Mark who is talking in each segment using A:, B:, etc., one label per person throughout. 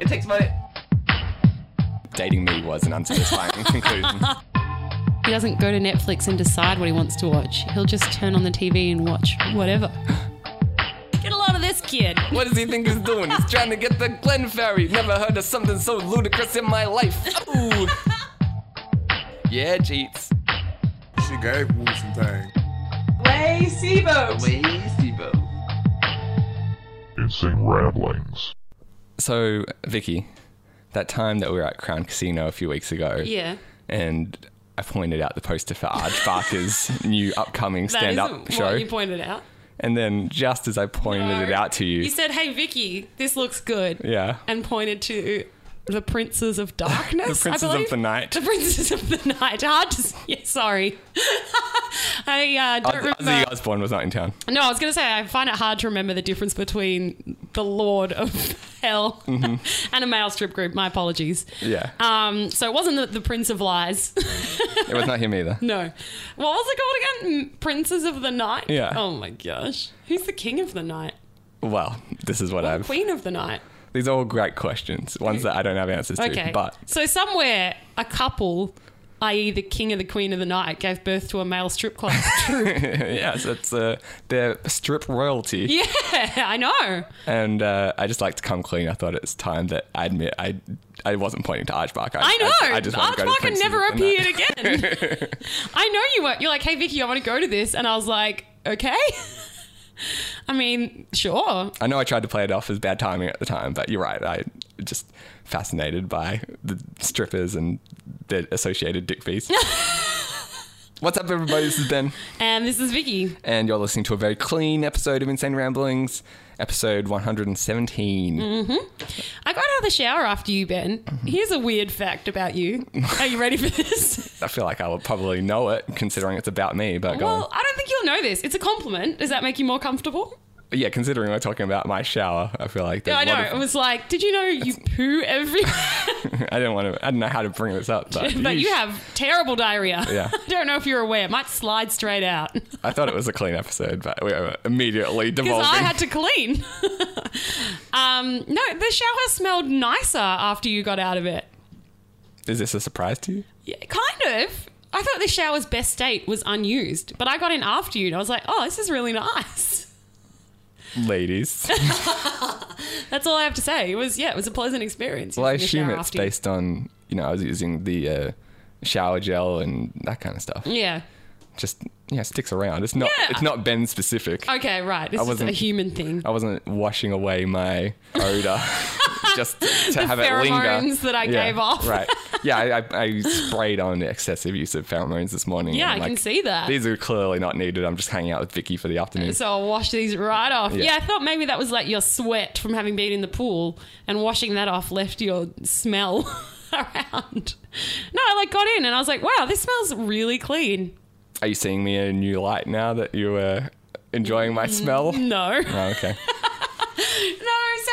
A: It takes money. Dating me was an unsatisfying conclusion.
B: He doesn't go to Netflix and decide what he wants to watch. He'll just turn on the TV and watch whatever. Get a load of this kid.
A: What does he think he's doing? He's trying to get the Glenferrie. Never heard of something so ludicrous in my life. Ooh. Yeah, cheats.
C: She gave me some things.
D: Way Sibo.
E: Insane Ramblings.
A: So, Vicky, that time that we were at Crown Casino a few weeks ago,
B: Yeah.
A: and I pointed out the poster for Arch Barker's new upcoming
B: That
A: stand
B: isn't
A: up show.
B: what you pointed out.
A: and then just as I pointed it out to you,
B: You said, "Hey Vicky, this looks good."
A: yeah.
B: And pointed to the Princes of Darkness.
A: The
B: I
A: Princes of
B: believe?
A: the Night.
B: The Princes of the Night. Hard to. s- Yeah, sorry. I uh, don't
A: Oz-
B: remember.
A: Ozzy Osbourne was not in town.
B: No, I was going to say I find it hard to remember the difference between the Lord of Hell
A: Mm-hmm.
B: and a male strip group. My apologies.
A: Yeah.
B: Um, so it wasn't the, the Prince of Lies.
A: It was not him either.
B: no. What was it called again? M- Princes of the Night.
A: Yeah.
B: Oh my gosh. Who's the King of the Night?
A: Well, this is what I've.
B: Queen of the Night.
A: These are all great questions, ones that I don't have answers to.
B: Okay.
A: But
B: so somewhere a couple, i.e. the King and the Queen of the Night, gave birth to a male strip club.
A: yes, it's uh, they're strip royalty.
B: yeah, I know.
A: And uh, I just like to come clean. I thought it's time that I admit I I wasn't pointing to Archbark.
B: I know.
A: I,
B: I
A: just want to go to
B: Archbarker
A: Prince's
B: never
A: and that.
B: appeared again. I know you were. You're like, hey, Vicky, I want to go to this. And I was like, okay. I mean, sure.
A: I know I tried to play it off as bad timing at the time, but you're right. I just fascinated by the strippers and their associated dick beats. What's up, everybody? This is Ben,
B: And this is Vicky.
A: and you're listening to a very clean episode of Insane Ramblings, episode 117.
B: Mm. I got out of the shower after you, Ben.
A: Mm-hmm.
B: Here's a weird fact about you. Are you ready for this?
A: I feel like I would probably know it considering it's about me, but go
B: well, I don't think you'll know this. It's a compliment. Does that make you more comfortable?
A: on. Yeah, considering we're talking about my shower, I feel like
B: Yeah, I
A: there's a
B: know.
A: lot
B: It was like, did you know you poo everywhere?
A: of- I didn't want to. I didn't know how to bring this up, but,
B: but you have terrible diarrhea.
A: Yeah.
B: I don't know if you're aware. It might slide straight out.
A: I thought it was a clean episode, but we were immediately
B: because
A: devolving.
B: I had to clean. um, no, the shower smelled nicer after you got out of it.
A: Is this a surprise to you?
B: Yeah, kind of. I thought the shower's best state was unused, but I got in after you and I was like, oh, this is really nice.
A: ladies.
B: That's all I have to say. It was, yeah, it was a pleasant experience.
A: well, I assume
B: using the shower
A: it's
B: after you.
A: based on you know I was using the uh, shower gel and that kind of stuff.
B: Yeah.
A: Just yeah, sticks around. It's not
B: Mm. Yeah.
A: it's not Ben specific. I,
B: Okay, right. This is a
A: wasn't-
B: human thing.
A: wasn't washing away my odor just to have it linger.
B: pheromones that I
A: Yeah,
B: gave off.
A: right. Yeah, I, I, I sprayed on excessive use of pheromones this morning. and
B: Yeah, I
A: I'm
B: can
A: like,
B: see that.
A: These are clearly not needed. I'm just hanging out with Vicky for the afternoon.
B: so I'll wash these right off. Yeah.
A: Yeah.
B: I thought maybe that was like your sweat from having been in the pool and washing that off left your smell around. No, I like got in and I was like, wow, this smells really clean.
A: Are you seeing me in a new light now that you were enjoying my smell?
B: No,
A: Oh, okay.
B: no,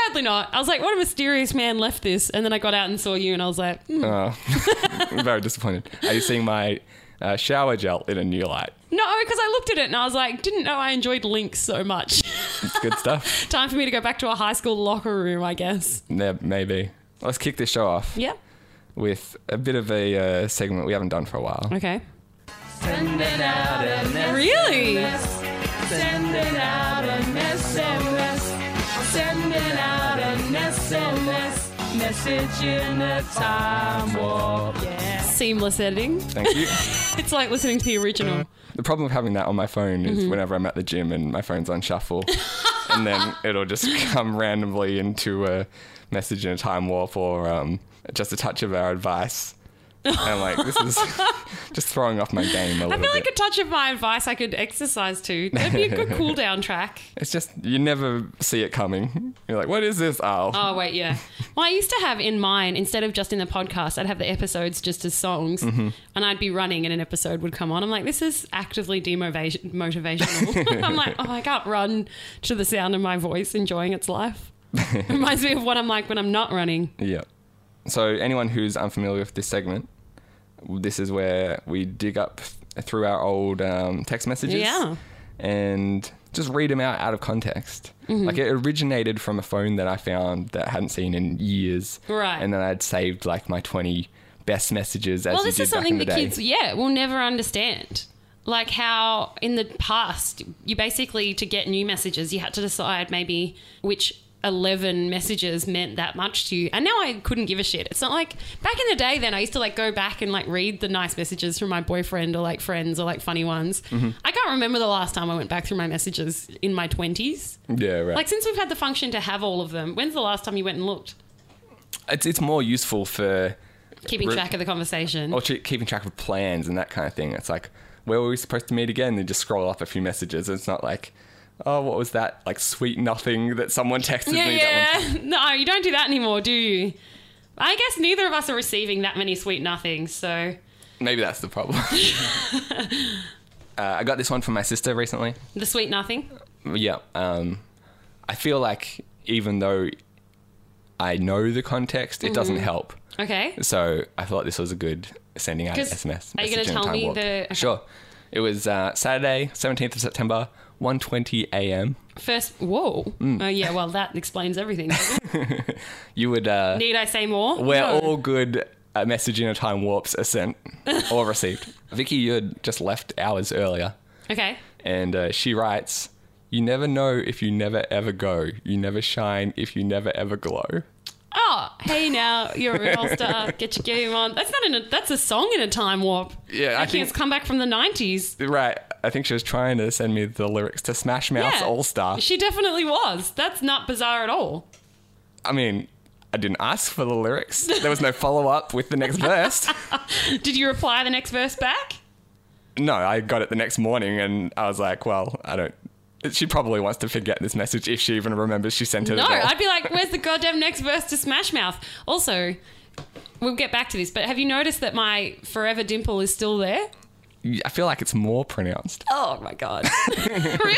B: sadly not. I was like, what a mysterious man left this. And then I got out and saw you and I was like, mm.
A: Oh, I'm very disappointed. Are you seeing my uh, shower gel in a new light?
B: no, because I looked at it and I was like, didn't know I enjoyed Lynx so much.
A: It's good stuff.
B: Time for me to go back to a high school locker room, I guess.
A: yeah, maybe. Let's kick this show off
B: Yeah.
A: with a bit of a uh, segment we haven't done for a while.
B: Okay. Really? Seamless editing.
A: Thank you.
B: It's like listening to the original.
A: the problem of having that on my phone
B: Mm-hmm.
A: is whenever I'm at the gym and my phone's on shuffle, and then it'll just come randomly into a message in a time warp or um, just a touch of our advice. And I'm like, this is just throwing off my game a little
B: I feel
A: bit.
B: like a touch of my advice I could exercise to. That'd be a good cool down track.
A: It's just you never see it coming. You're like, what is this? Oh,
B: Oh wait, yeah. Well, I used to have in mine instead of just in the podcast, I'd have the episodes just as songs, and I'd be running, and an episode would come on. I'm like, this is actively demotivation motivational. I'm like, oh, I can't run to the sound of my voice enjoying its life. Reminds me of what I'm like when I'm not running.
A: yeah. So anyone who's unfamiliar with this segment, this is where we dig up through our old um, text messages.
B: Yeah.
A: And just read them out out of context.
B: Mm-hmm.
A: Like it originated from a phone that I found that I hadn't seen in years.
B: Right.
A: And then I'd saved like my 20 best messages as
B: Well,
A: you
B: this
A: did
B: is something
A: back
B: the,
A: in the, day.
B: kids, yeah, will never understand. Like how in the past, you basically, to get new messages, you had to decide maybe which 11 messages meant that much to you. And now I couldn't give a shit. It's not like back in the day, then I used to like go back and like read the nice messages from my boyfriend or like friends or like funny ones.
A: Mm-hmm.
B: I can't remember the last time I went back through my messages in my 20s.
A: yeah, right.
B: Like since we've had the function to have all of them, when's the last time you went and looked?
A: it's, it's more useful for
B: Keeping
A: Re- Oh,
B: track of the conversation.
A: or tr- keeping track of plans and that kind of thing. It's like, where were we supposed to meet again? They just scroll up a few messages. It's not like, oh, what was that? Like sweet nothing that someone texted
B: Yeah,
A: me. That one.
B: yeah. No, you don't do that anymore, do you? I guess neither of us are receiving that many sweet nothings, so
A: Maybe that's the problem. uh, I got this one from my sister recently.
B: the sweet nothing.
A: yeah um i feel like even though i know the context it doesn't
B: Mm-hmm.
A: help
B: Okay.
A: so i thought this was a good sending out
B: 'Cause
A: sms
B: are you
A: message
B: gonna
A: in a
B: tell
A: time
B: me
A: warp.
B: the- okay.
A: sure it was uh, saturday 17th of september 1.20 a.m
B: First, whoa.
A: Mm.
B: Oh yeah, well that explains everything. doesn't it?
A: you would uh
B: Need I say more?
A: where
B: No.
A: all good uh, message in a time warps are sent or received vicky you had just left hours earlier
B: Okay.
A: and uh, she writes you never know if you never ever go you never shine if you never ever glow
B: Oh, hey now, you're a real star. Get your game on. That's not in a. That's a song in a time warp.
A: Yeah, I
B: Making
A: think-
B: it's come back from the '90s.
A: Right. I think she was trying to send me the lyrics to Smash Mouth's
B: Yeah.
A: All Star.
B: She definitely was. That's not bizarre at all.
A: I mean, I didn't ask for the lyrics. There was no follow up with the next verse.
B: Did you reply the next verse back?
A: No, I got it the next morning and I was like, well, I don't. She probably wants to forget this message if she even remembers she sent it.
B: No,
A: at all.
B: I'd be like, where's the goddamn next verse to Smash Mouth? Also, we'll get back to this, but have you noticed that my forever dimple is still there?
A: I feel like it's more pronounced.
B: Oh my god. really?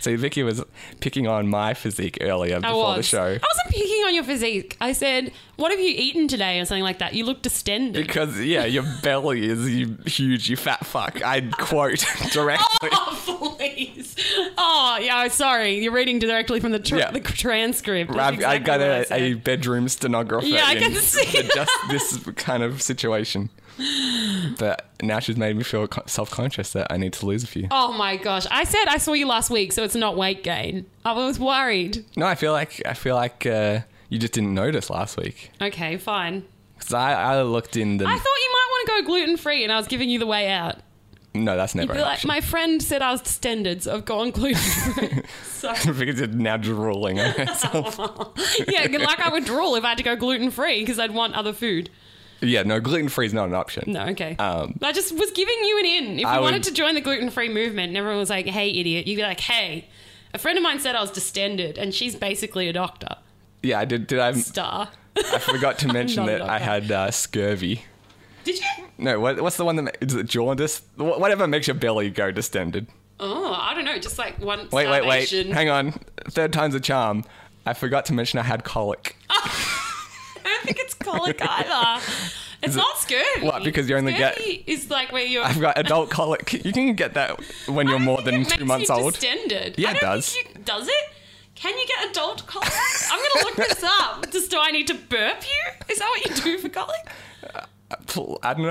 A: So Vicky was picking on my physique earlier
B: I
A: before
B: was.
A: the show
B: I wasn't picking on your physique. I said, what have you eaten today or something like that? You look distended.
A: because yeah, your belly is you huge, you fat fuck. I quote directly.
B: Oh, please. Oh, yeah, I'm sorry. You're reading directly from the, tr-
A: Yeah.
B: the transcript. That's
A: I've, I
B: exactly
A: got
B: what I
A: a,
B: said.
A: a bedroom stenographer.
B: Yeah, I
A: in
B: can see
A: Just this kind of situation. But now she's made me feel self conscious that I need to lose a few.
B: Oh my gosh. I said I saw you last week, so it's not weight gain. I was worried.
A: No, I feel like I feel like uh, you just didn't notice last week
B: Okay, fine.
A: because I, I looked in the
B: I thought you might want to go gluten free, and I was giving you the way out.
A: no, that's never
B: You'd
A: an
B: be like,
A: option.
B: my friend said I was distended, so I've gone gluten free. so,
A: because you're now drooling on myself.
B: yeah, like I would drool if I had to go gluten free because I'd want other food.
A: yeah, no, gluten free is not an option.
B: No, okay.
A: Um,
B: I just was giving you an in. If you
A: I
B: wanted
A: would-
B: to join the gluten free movement, and everyone was like, "Hey, idiot," you'd be like, "Hey." A friend of mine said I was distended, and she's basically a doctor.
A: Yeah, I did. Did I?
B: Star.
A: I forgot to mention
B: Not a
A: that I
B: doctor.
A: had uh, scurvy.
B: Did you?
A: No, what, what's the one that ma- is it jaundice? Wh- Whatever makes your belly go distended.
B: Oh, I don't know. Just like one.
A: Wait, wait, wait.
B: starvation.
A: Hang on. Third time's a charm. I forgot to mention I had colic.
B: I don't think it's colic either. It's not scurvy.
A: What, because you only get-
B: Scurvy is like where you're.
A: I've got adult colic. You can get that when you're
B: I don't
A: more
B: think
A: than
B: it
A: two months
B: makes you
A: old.
B: Distended.
A: Yeah,
B: I
A: it
B: don't
A: does.
B: Think you, does it? Can you get adult colic? I'm gonna look this up. Just do I need to burp you? Is that what you do for colic?
A: Pl- I don't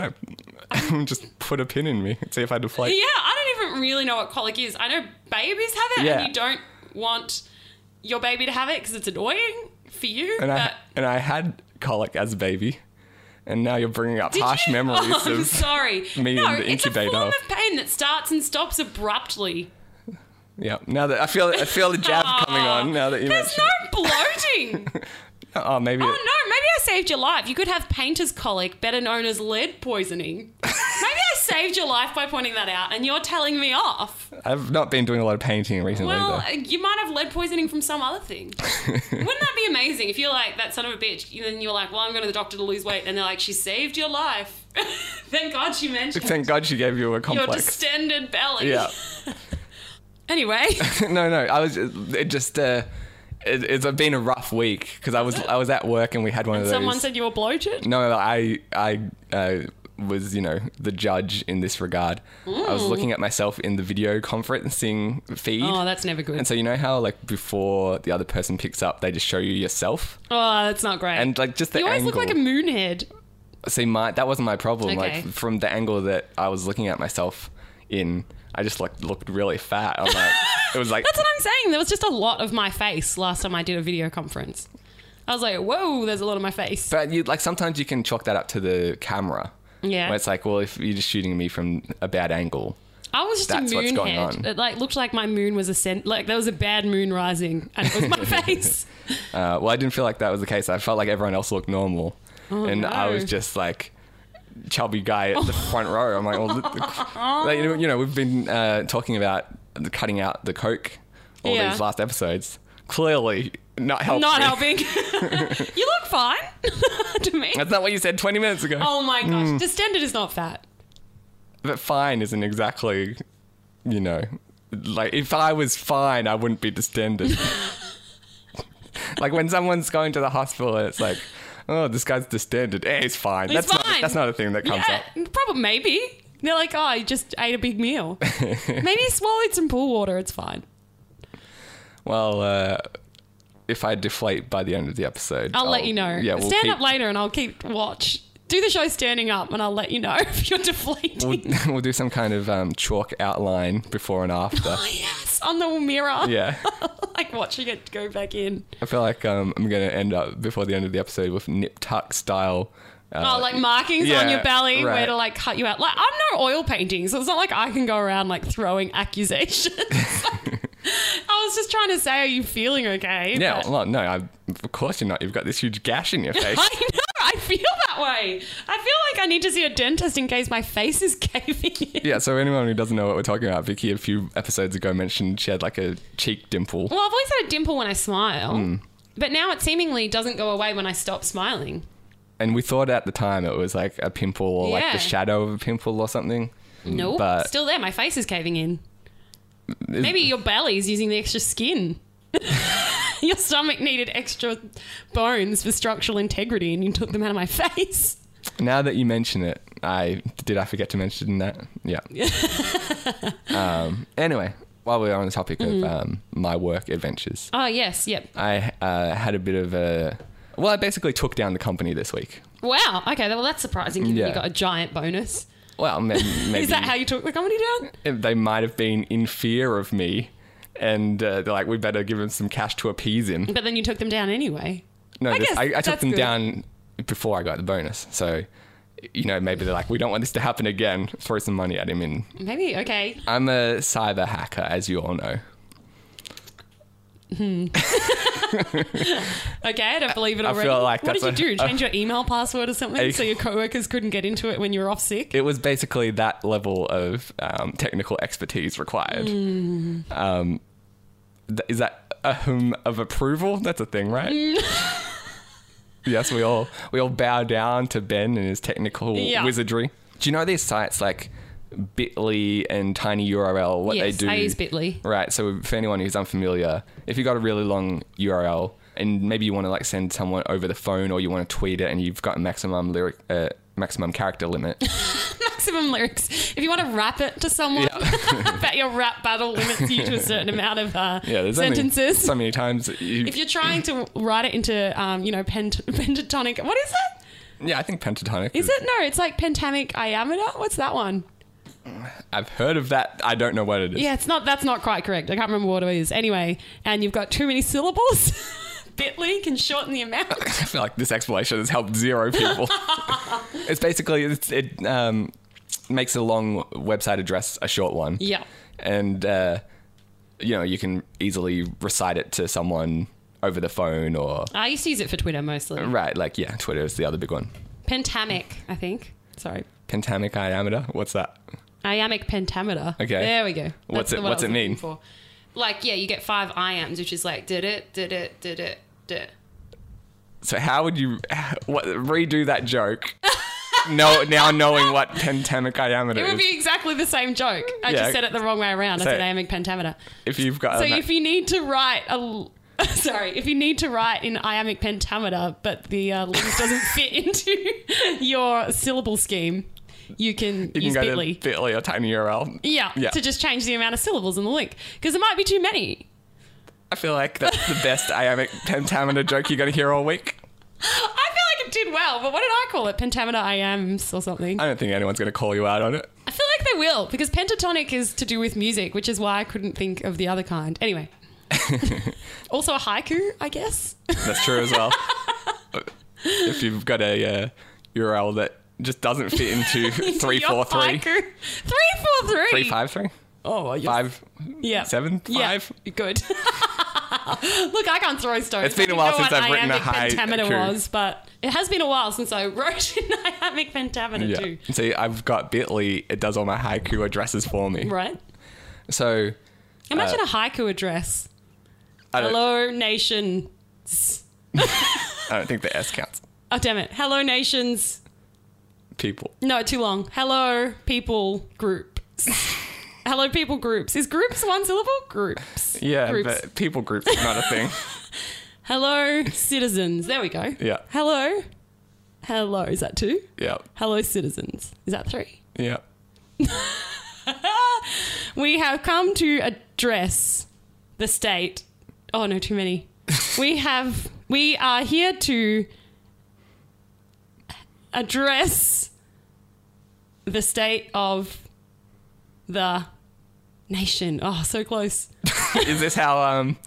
A: know. Just put a pin in me. See if I deflate.
B: Yeah, I don't even really know what colic is. I know babies have it,
A: Yeah.
B: and you don't want your baby to have it because it's annoying for you.
A: And I
B: but-
A: and I had colic as a baby, and now you're bringing up
B: Did
A: harsh
B: you?
A: memories
B: Oh, I'm
A: of
B: sorry.
A: me
B: no,
A: and the
B: It's a
A: incubator.
B: form of pain that starts and stops abruptly.
A: yeah. Now that I feel I feel the jab coming on. Now that you
B: There's
A: mentioned.
B: no bloating.
A: oh, maybe.
B: Oh no,
A: it-
B: maybe I saved your life. You could have painter's colic, better known as lead poisoning. maybe I saved your life by pointing that out, and you're telling me off.
A: I've not been doing a lot of painting recently.
B: Well,
A: though.
B: you might have lead poisoning from some other thing. Wouldn't that be amazing if you're like that son of a bitch, and then you're like, "Well, I'm going to the doctor to lose weight," and they're like, "She saved your life." Thank God she mentioned
A: Thank God she gave you a
B: your
A: complex.
B: distended belly.
A: yeah.
B: Anyway,
A: no, no. I was it just uh, it, it's been a rough week because I was I was at work and we had one of those.
B: someone said you were bloated.
A: no, no, I I uh, was, you know, the judge in this regard. I was looking at myself in the video conferencing feed.
B: Oh, that's never good.
A: and so you know how like before the other person picks up, they just show you yourself,
B: oh, that's not great.
A: and like just the
B: you always
A: angle.
B: look like a moonhead.
A: See, my that wasn't my problem.
B: Okay.
A: Like from the angle that I was looking at myself in, I just like looked really fat. I'm like, it was like
B: That's what I'm saying. There was just a lot of my face last time I did a video conference. I was like, whoa, there's a lot of my face.
A: But you like sometimes you can chalk that up to the camera.
B: Yeah.
A: Where it's like, well, if you're just shooting me from a bad angle,
B: I was just
A: That's
B: a moon
A: what's going
B: head.
A: on.
B: It like looked like my moon was ascend like there was a bad moon rising and it was my face.
A: uh, well, I didn't feel like that was the case. I felt like everyone else looked normal, and
B: Oh, no.
A: I was just like chubby guy at the front row. I'm like, well, look- like, you know- you know, we've been uh, talking about the cutting out the coke all
B: Yeah.
A: these last episodes. Clearly, not helping.
B: Not helping. you look fine to me.
A: That's Hmm. not what you said 20 minutes ago.
B: Oh my gosh. Distended is not fat.
A: But fine isn't exactly, you know, like if I was fine, I wouldn't be distended. like when someone's going to the hospital and it's like, oh, this guy's distended. Eh, he's fine.
B: He's
A: that's not
B: fine.
A: that's not a thing that comes
B: Yeah,
A: up.
B: probably maybe. They're like, oh, you just ate a big meal. maybe you swallowed some pool water, it's fine.
A: Well, uh, if I deflate by the end of the episode,
B: I'll let you know.
A: Oh, Yeah, we'll
B: Stand
A: keep,
B: up later and I'll keep watch. Do the show standing up and I'll let you know if you're deflating.
A: We'll, we'll do some kind of um, chalk outline before and after.
B: Oh, yes, on the mirror.
A: yeah,
B: like watching it go back in.
A: I feel like um, I'm gonna end up before the end of the episode with nip tuck style. Uh,
B: Oh, like markings on
A: yeah,
B: your belly where
A: right.
B: to like cut you out. Like I'm no oil painting, so it's not like I can go around like throwing accusations. I was just trying to say, are you feeling okay?
A: Yeah,
B: But-
A: well, no, I, of course you're not. You've got this huge gash in your face.
B: I know. I feel that way. I feel like I need to see a dentist in case my face is caving in.
A: yeah, so anyone who doesn't know what we're talking about, Vicky a few episodes ago mentioned she had like a cheek dimple.
B: Well, I've always had a dimple when I smile,
A: Hmm.
B: but now it seemingly doesn't go away when I stop smiling.
A: And we thought at the time it was like a pimple or like
B: Yeah.
A: the shadow of a pimple or something.
B: Nope,
A: But-
B: still there. My face is caving in. Maybe your belly is using the extra skin. your stomach needed extra bones for structural integrity, and you took them out of my face.
A: Now that you mention it, I did I forget to mention that? Yeah. um, anyway, while we are on the topic
B: Mm-hmm.
A: of um, my work adventures,
B: Oh yes, yep.
A: I uh, had a bit of a. Well, I basically took down the company this week.
B: Wow. Okay. Well, that's surprising. given You
A: Yeah.
B: got a giant bonus.
A: Well, ma- maybe
B: Is that how you took the comedy down?
A: they might have been in fear of me and uh, they're like we better give him some cash to appease him
B: But then you took them down anyway.
A: no
B: I
A: this-
B: guess
A: I, I took
B: that's
A: them
B: good.
A: down before i got the bonus so you know maybe they're like we don't want this to happen again throw some money at him and
B: Maybe. Okay.
A: i'm a cyber hacker as you all know
B: Okay. I don't believe it
A: I
B: already.
A: feel like
B: what did
A: that's
B: you
A: a-
B: do? Change your email password or something
A: I-
B: so your coworkers couldn't get into it when you were off sick.
A: it was basically that level of um, technical expertise required um, th- is that a hum of approval that's a thing right yes we all we all bow down to ben and his technical
B: Yeah.
A: wizardry do you know these sites like bitly and tiny url what
B: Yes,
A: they do
B: I use Bitly.
A: right so for anyone who's unfamiliar if you've got a really long url and maybe you want to like send someone over the phone or you want to tweet it and you've got a maximum lyric uh, maximum character limit
B: maximum lyrics. If you want to rap it to someone, I bet your rap battle limits you to a certain amount of uh,
A: Yeah, there's only
B: sentences.
A: so many times. that You,
B: if you're trying to write it into, um, you know, pent- pentatonic, what is it?
A: yeah, I think pentatonic.
B: Is it no? It's like pentamic iameter. What's that one?
A: I've heard of that. I don't know what it is.
B: Yeah, it's not. That's not quite correct. I can't remember what it is. Anyway, and you've got too many syllables. Bitly can shorten the amount.
A: I feel like this explanation has helped zero people. it's basically it's, it um, makes a long website address a short one.
B: yeah.
A: and uh, you know you can easily recite it to someone over the phone or
B: I used to use it for Twitter mostly.
A: right, like yeah, Twitter is the other big one.
B: Pentamic, I think. Sorry.
A: Pentamic iameter. What's that?
B: Iamic pentameter.
A: Okay.
B: There we go.
A: What's
B: the
A: it-
B: one I
A: what's
B: was
A: it mean?
B: looking for. Like, yeah, you get five iams, which is like did it, did it, did it, did it.
A: So how would you what, redo that joke? no, now knowing what pentamic iameter
B: It
A: is.
B: would be exactly the same joke. I
A: Yeah.
B: just said it the wrong way around. I
A: So-
B: said iamic pentameter.
A: if you've got
B: So
A: an-
B: if you need to write a l- sorry, if you need to write in iamic pentameter, but the uh, links doesn't fit into your syllable scheme, you can
A: You can
B: use
A: go
B: Bitly.
A: to Bitly or tinyurl.
B: yeah,
A: Yeah.
B: to just change the amount of syllables in the link because there might be too many.
A: I feel like that's the best iambic pentameter joke you're going to hear all week.
B: I feel like it did well, but what did I call it? Pentameter IAMs or something.
A: I don't think anyone's going to call you out on it.
B: I feel like they will because pentatonic is to do with music, which is why I couldn't think of the other kind. Anyway, also a haiku, I guess.
A: That's true as well. if you've got a uh, URL that just doesn't fit into
B: Into
A: three
B: your
A: four three
B: haiku. Three, four, three.
A: three five three
B: Oh, yes.
A: five
B: Yeah.
A: seven
B: Yeah.
A: five.
B: Good. Look, I can't throw stones.
A: It's been
B: I
A: a while
B: didn't know
A: since
B: what
A: I've written a
B: iambic
A: high
B: pentameter
A: coup.
B: was, but it has been a while since I wrote an iambic pentameter too.
A: Yeah. See, I've got Bitly. It does all my haiku addresses for me.
B: Right?
A: So
B: Imagine
A: Uh,
B: a haiku address.
A: I don't,
B: Hello, nation.
A: I don't think the S counts.
B: Oh, damn it. Hello, nations.
A: People.
B: No, too long. Hello, people groups. Hello, people groups. Is groups one syllable? Groups.
A: Yeah,
B: Groups.
A: but people groups is not a thing.
B: Hello, citizens. There we go.
A: Yeah.
B: Hello. Hello. Is that two?
A: yeah.
B: Hello, citizens. Is that three?
A: Yeah.
B: We have come to address the state. Oh no, too many. we have. We are here to address the state of the nation. Oh, so close.
A: Is this how um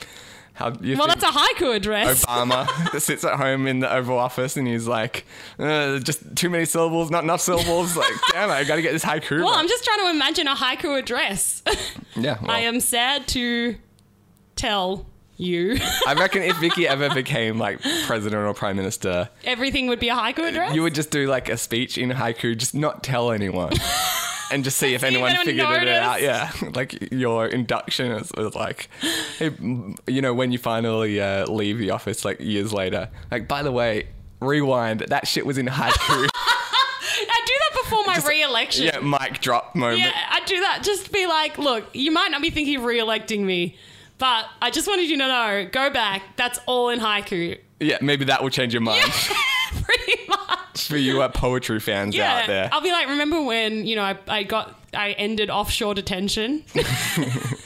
A: how you
B: Well,
A: think
B: that's a haiku address.
A: Oh, Obama sits at home in the Oval Office and he's like, uh, just too many syllables, not enough syllables. like, damn, I gotta get this haiku.
B: Well,
A: right.
B: I'm just trying to imagine a haiku address.
A: yeah, well,
B: I
A: I,
B: am sad to tell you
A: reckon if Vicky ever became like president or prime minister,
B: everything would be a haiku address.
A: you would just do like a speech in haiku, just not tell anyone. And just see if anyone
B: anyone
A: figured it
B: noticed.
A: out. Yeah, like your induction is, is like, hey, mm, you know, when you finally uh, leave the office, like years later. Like, by the way, rewind. That shit was in haiku.
B: I do that before my re-election.
A: yeah, mic drop moment.
B: Yeah, I do that. Just be like, look, you might not be thinking of re-electing me, but I just wanted you to know. Go back. That's all in haiku.
A: Yeah, maybe that will change your mind
B: Pretty much.
A: for you uh, poetry fans
B: Yeah.
A: out there.
B: I'll be like, remember when you know I, I got I ended offshore detention?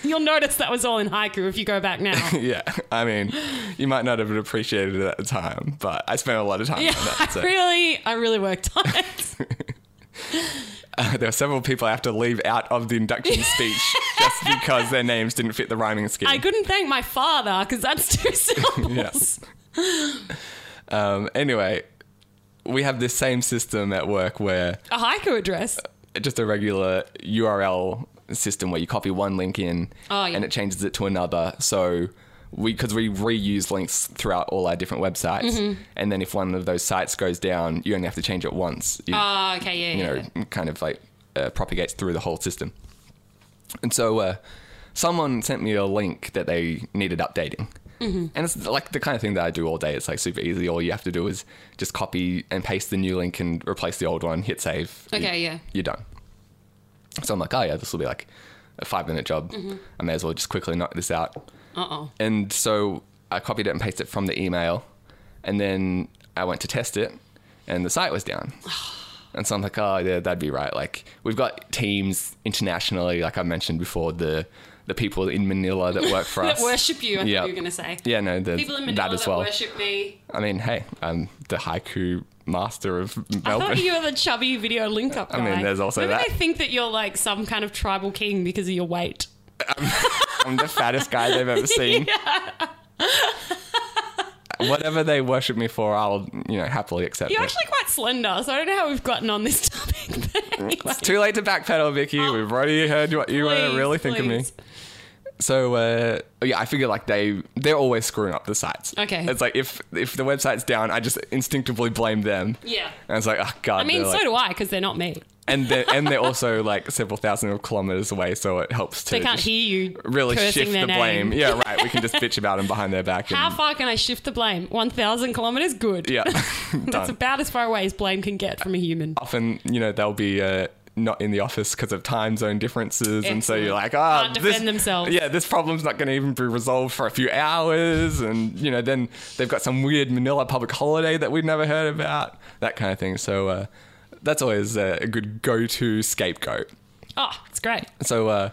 B: You'll notice that was all in haiku if you go back now.
A: yeah, I mean, you might not have appreciated it at the time, but I spent a lot of time
B: Yeah,
A: on that. So.
B: I really, I really worked on it.
A: there are several people I have to leave out of the induction speech just because their names didn't fit the rhyming scheme.
B: I couldn't thank my father because that's two syllables.
A: um, anyway, we have this same system at work where
B: A haiku address.
A: just a regular URL system where you copy one link in
B: Oh, yeah.
A: and it changes it to another. So we because we reuse links throughout all our different websites,
B: Mm-hmm.
A: and then if one of those sites goes down, you only have to change it once. You,
B: Oh, okay, yeah,
A: you know, kind of like uh, propagates through the whole system. And so, uh, someone sent me a link that they needed updating.
B: Mm-hmm.
A: And it's like the kind of thing that I do all day. It's like super easy. All you have to do is just copy and paste the new link and replace the old one, hit save. You-
B: Okay, yeah.
A: You're done. So I'm like, oh yeah, this will be like a five minute job.
B: Mm-hmm.
A: I may as well just quickly knock this out.
B: Uh oh.
A: And so I copied it and pasted it from the email. And then I went to test it and the site was down. And so I'm like, oh, yeah, that'd be right. Like, we've got teams internationally, like I mentioned before, the the people in Manila that work for
B: That
A: us.
B: worship you, I think
A: Yeah.
B: you were going to say.
A: Yeah, no, the,
B: People in Manila
A: that
B: that,
A: as well.
B: worship me.
A: I mean, hey, I'm the haiku master of
B: I thought
A: Melbourne.
B: you were the chubby video link up guy.
A: Oh, mean, there's also
B: Maybe
A: that.
B: they think that you're like some kind of tribal king because of your weight.
A: I'm the fattest guy they've ever seen. Whatever they worship me for, I'll, you know, happily accept
B: You're
A: it.
B: actually quite slender, so I don't know how we've gotten on this topic.
A: It's too late to backpedal, Vicky. We've already heard what you uh
B: Oh, Please,
A: really think of me.
B: please.
A: So uh, yeah, I figure like they they're always screwing up the sites.
B: Okay.
A: it's like if if the website's down, I just instinctively blame them.
B: Yeah.
A: and it's like oh god.
B: I mean,
A: they're,
B: so
A: like-
B: do I because they're not me.
A: and they're and they're also like several thousand of kilometers away, so it helps to
B: They can't
A: just
B: hear you
A: really
B: cursing
A: shift
B: their
A: the
B: name.
A: blame. Yeah, right. We can just bitch about them behind their back.
B: How
A: and,
B: far can I shift the blame? 1,000 kilometers? Good.
A: Yeah,
B: That's
A: done. Uh,
B: about as far away as blame can get from a human.
A: Often you know they'll be. Uh, not in the office because of time zone differences, and so you're like,
B: Excellent.
A: ah,
B: Can't
A: this,
B: defend themselves.
A: Yeah, this problem's not going to even be resolved for a few hours, and you know, then they've got some weird Manila public holiday that we've never heard about, that kind of thing. So uh, that's always a, a good go-to scapegoat.
B: Oh, it's great.
A: So uh,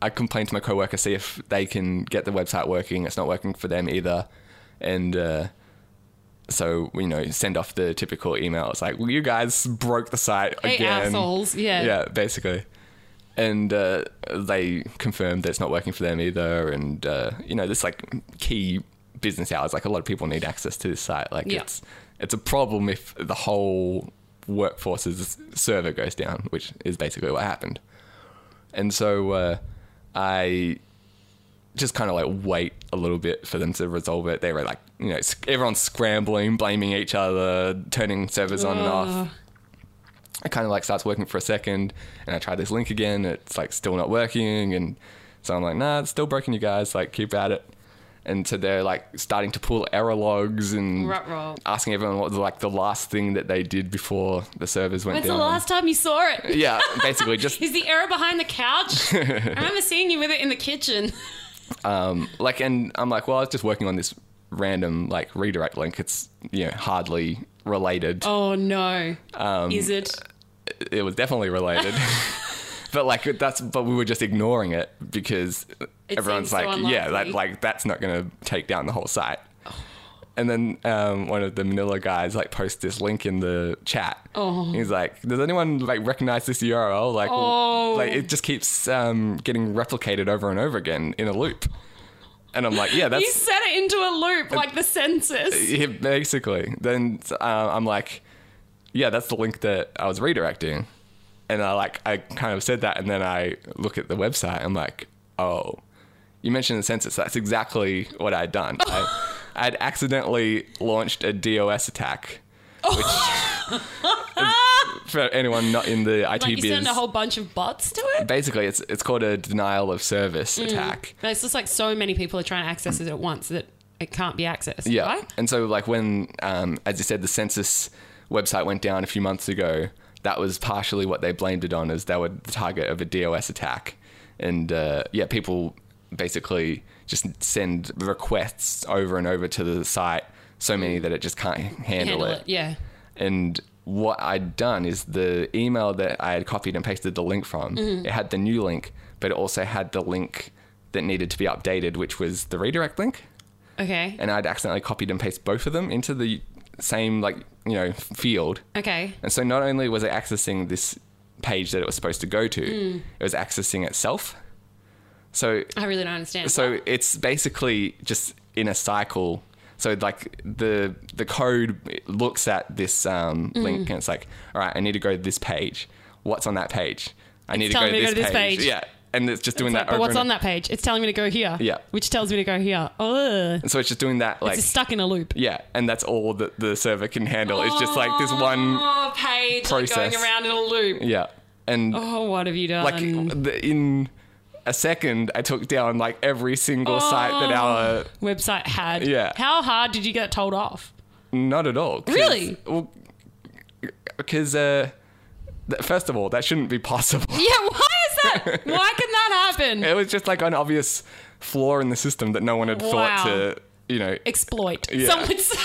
A: I complained to my coworker, see if they can get the website working. It's not working for them either, and uh, so you know, send off the typical email. It's like, well, you guys broke the site
B: Hey,
A: again,
B: assholes. Yeah.
A: Yeah, basically. And uh, they confirmed that it's not working for them either. And uh, you know, this like key business hours. Like a lot of people need access to this site. Like
B: Yeah.
A: it's it's a problem if the whole workforce's server goes down, which is basically what happened. And so uh, I just kind of like wait a little bit for them to resolve it. They were like, you know, sc- everyone's scrambling, blaming each other, turning servers on and off. It kind of like starts working for a second, and I try this link again. It's like still not working, and so I'm like, nah, it's still broken, you guys. Like, keep at it. And so they're like starting to pull error logs and
B: Ruh-roh.
A: asking everyone what was like the last thing that they did before the servers went
B: When's
A: down.
B: the last time you saw it?
A: yeah, basically just
B: Is the error behind the couch? I remember seeing you with it in the kitchen.
A: like and I'm like, well, I was just working on this random like redirect link. It's you know hardly related.
B: Oh no.
A: Um,
B: Is it?
A: It was definitely related. but like that's but we were just ignoring it because
B: It
A: everyone's
B: seems so
A: like, yeah, that
B: unlikely.
A: like that's not going to take down the whole site. And then um, one of the Manila guys like posts this link in the chat.
B: Oh.
A: He's like, "Does anyone like recognize this URL?" Like,
B: Oh.
A: like it just keeps um, getting replicated over and over again in a loop. And I'm like, "Yeah, that's
B: You set it into a loop like the census.
A: Yeah, basically. Then uh, I'm like, yeah, that's the link that I was redirecting. And I like, I kind of said that, and then I look at the website. I'm like, oh, you mentioned the census. That's exactly what I'd done. I, I'd accidentally launched a DOS attack.
B: Oh.
A: Which, for anyone not in the IT
B: Like you
A: biz,
B: send a whole bunch of bots to it?
A: basically it's it's called a denial of
B: Mm.
A: service attack.
B: No, it's just like so many people are trying to access it at once that it can't be accessed.
A: Yeah.
B: Right?
A: And so, like, when, um, as you said, the census website went down a few months ago, that was partially what they blamed it on, as they were the target of a DOS attack. And uh, yeah, people basically just send requests over and over to the site, so many that it just can't handle,
B: Handle
A: it.
B: it. Yeah.
A: And what I'd done is the email that I had copied and pasted the link from,
B: Mm-hmm.
A: it had the new link, but it also had the link that needed to be updated, which was the redirect link
B: Okay.
A: and I'd accidentally copied and pasted both of them into the same like you know field.
B: okay.
A: And so not only was it accessing this page that it was supposed to go to,
B: Hmm.
A: it was accessing itself. So
B: I really don't understand.
A: so it's basically just in a cycle. So like the the code looks at this um,
B: Hmm.
A: link and it's like, all right, I need to go to this page. What's on that page? I need
B: telling me to go to this page.
A: Yeah, and it's just doing that.
B: Like, but
A: over
B: what's
A: and-
B: on that page? It's telling me to go here.
A: Yeah.
B: Which tells me to go here. Oh,
A: So it's just doing that like
B: it's stuck in a loop.
A: yeah, and that's all that the server can handle. It's just like this one
B: Oh, page like,
A: process.
B: going around in a loop.
A: Yeah, and
B: Oh, what have you done?
A: like the, in a second, I took down like every single site that
B: Oh.
A: our
B: Website had.
A: Yeah.
B: How hard did you get told off?
A: not at all 'cause-
B: Really?
A: well because uh, th- first of all that shouldn't be possible.
B: Yeah. Why is that? why can that happen?
A: It was just like an obvious flaw in the system that no one had
B: Wow.
A: thought to you know.
B: Exploit.
A: Yeah.
B: Some would say.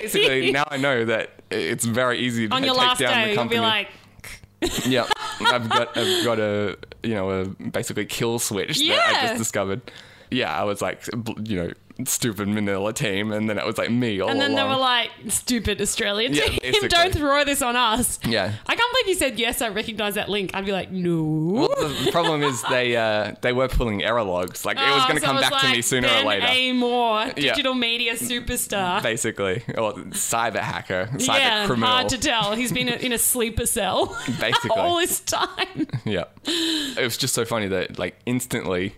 A: Basically, now I know that i- it's very easy to
B: on your
A: take
B: last
A: down
B: day,
A: the
B: you'll
A: company.
B: be like,
A: Yeah, I've got I've got a you know a basically kill switch that I
B: Yeah.
A: just discovered. Yeah, I was like bl- you know stupid Manila team, and then it was like me all
B: and then they
A: along.
B: were like, stupid Australian
A: Yeah,
B: team,
A: basically.
B: don't throw this on us.
A: Yeah.
B: I can't believe you said yes. I recognize that link. I'd be like, no.
A: well, the problem is they uh, they were pulling error logs. Like it was
B: Oh,
A: going to
B: so
A: come
B: it was
A: back to me
B: like
A: sooner
B: ben
A: or later.
B: A. Moore,
A: Yeah.
B: digital media superstar.
A: Basically, or cyber hacker, cyber
B: yeah,
A: criminal.
B: hard to tell. He's been in a sleeper cell
A: Basically.
B: all this time.
A: Yeah. It was just so funny that like instantly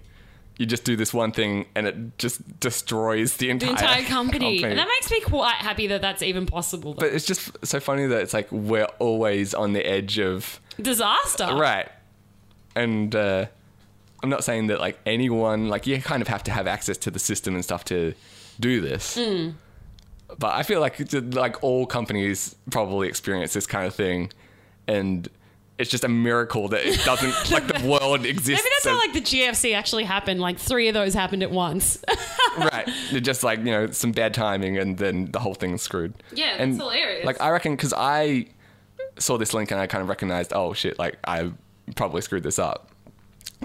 A: you just do this one thing and it just destroys the entire,
B: The entire company. And that makes me quite happy that that's even possible. Though.
A: but it's just so funny that it's like we're always on the edge of
B: Disaster.
A: right and uh, i'm not saying that like anyone like you kind of have to have access to the system and stuff to do this
B: Mm.
A: but i feel like it's, uh, like all companies probably experience this kind of thing and it's just a miracle that it doesn't like the world exists
B: Maybe that's
A: as-
B: how like the GFC actually happened. Like three of those happened at once.
A: right. They're just like, you know, some bad timing and then the whole thing's screwed.
B: Yeah, that's
A: and,
B: hilarious.
A: Like, I reckon because I saw this link and I kind of recognized, oh shit, like I probably screwed this up.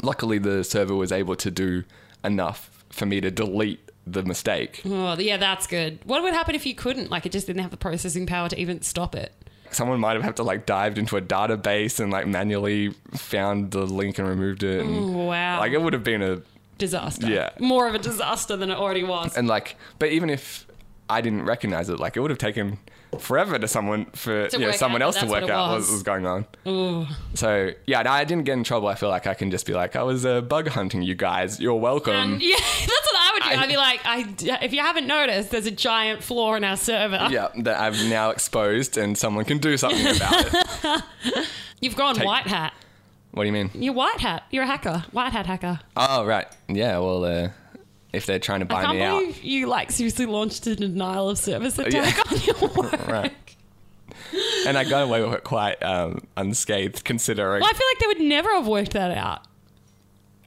A: Luckily, the server was able to do enough for me to delete the mistake.
B: Oh, yeah, that's good. What would happen if you couldn't? Like, it just didn't have the processing power to even stop it.
A: Someone might have had to like dived into a database and like manually found the link and removed it. And,
B: Wow.
A: Like it would have been a
B: disaster.
A: Yeah.
B: More of a disaster than it already was.
A: and like, but even if I didn't recognize it, like it would have taken forever to someone for
B: To
A: you know,
B: work
A: someone
B: out
A: else
B: that
A: to
B: that's what
A: work
B: it
A: out
B: was.
A: what was going on.
B: Ooh.
A: So yeah, no, I didn't get in trouble. I feel like I can just be like, I was uh, bug hunting you guys. You're welcome.
B: And yeah, that's what I would do. I,
A: um, I-
B: would be like, I, if you haven't noticed, there's a giant flaw in our server.
A: yeah, that I've now exposed, and someone can do something about it.
B: You've gone
A: Take-
B: white hat.
A: What do you mean?
B: You're white hat. You're a hacker. White hat hacker.
A: Oh right, yeah. Well, uh, if they're trying to
B: I
A: buy
B: can't
A: me out,
B: believe you like seriously launched a denial of service attack
A: Yeah.
B: on your work.
A: Right. and I got away with it quite um, unscathed, considering.
B: Well, I feel like they would never have worked that out.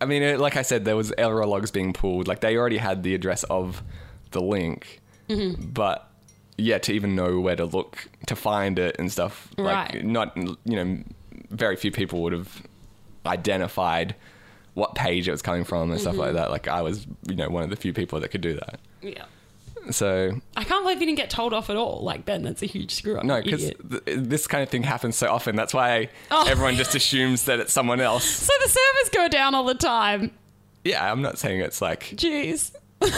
A: I mean, it, like I said, there was error logs being pulled. Like they already had the address of the link,
B: Mm-hmm.
A: but yeah, to even know where to look to find it and stuff.
B: Right.
A: Like not you know, very few people would have identified what page it was coming from and stuff
B: Mm-hmm.
A: like that. Like I was, you know, one of the few people that could do that.
B: Yeah.
A: So
B: I can't believe you didn't get told off at all. Like, Ben, that's a huge screw up.
A: no,
B: you
A: because
B: idiot.
A: th- this kind of thing happens so often. That's why
B: Oh.
A: everyone just assumes that it's someone else.
B: So the servers go down all the time.
A: Yeah, I'm not saying it's like
B: Jeez. you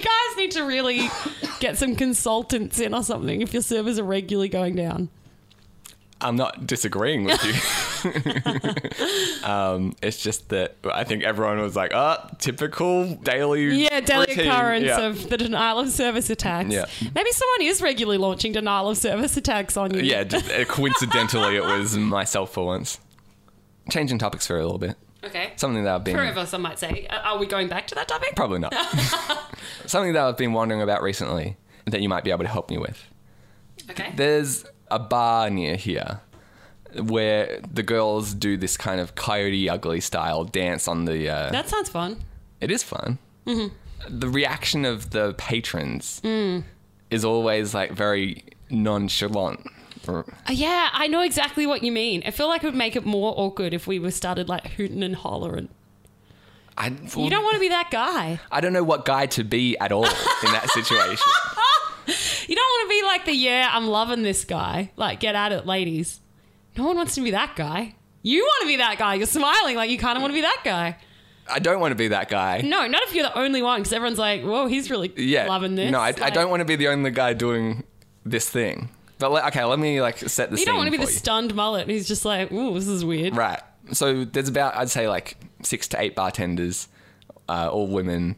B: guys need to really get some consultants in or something if your servers are regularly going down.
A: I'm not disagreeing with you. um, it's just that I think everyone was like, "Ah, typical daily."
B: Yeah, daily
A: routine."
B: occurrence
A: Yeah.
B: of the denial of service attacks.
A: Yeah.
B: Maybe someone is regularly launching denial of service attacks on you.
A: Yeah, just, uh, coincidentally, it was myself for once. Changing topics for a little bit.
B: Okay.
A: Something that I've been
B: some might say. Are we going back to that topic?
A: probably not. Something that I've been wondering about recently that you might be able to help me with.
B: Okay.
A: There's a bar near here where the girls do this kind of coyote ugly style dance on the. Uh,
B: that sounds fun.
A: it is fun.
B: Mm-hmm.
A: The reaction of the patrons
B: Mm.
A: is always like very nonchalant. Or-
B: Uh, Yeah, I know exactly what you mean. I feel like it would make it more awkward if we were started like hooting and hollering.
A: I,
B: You don't want to be that guy.
A: I don't know what guy to be at all in that situation.
B: You don't want to be like the yeah, I'm loving this guy. Like, get at it, ladies. No one wants to be that guy. You want to be that guy. You're smiling like you kind of want to be that guy.
A: I don't want to be that guy.
B: No, not if you're the only one because everyone's like, whoa, he's really
A: yeah,
B: loving this.
A: No, I, I
B: Like,
A: don't want to be the only guy doing this thing. But le- okay, let me like set the
B: You
A: scene
B: don't want to be
A: for
B: the
A: you.
B: stunned mullet who's just like, ooh, this is weird.
A: Right. So there's about, I'd say, like six to eight bartenders, uh, all women.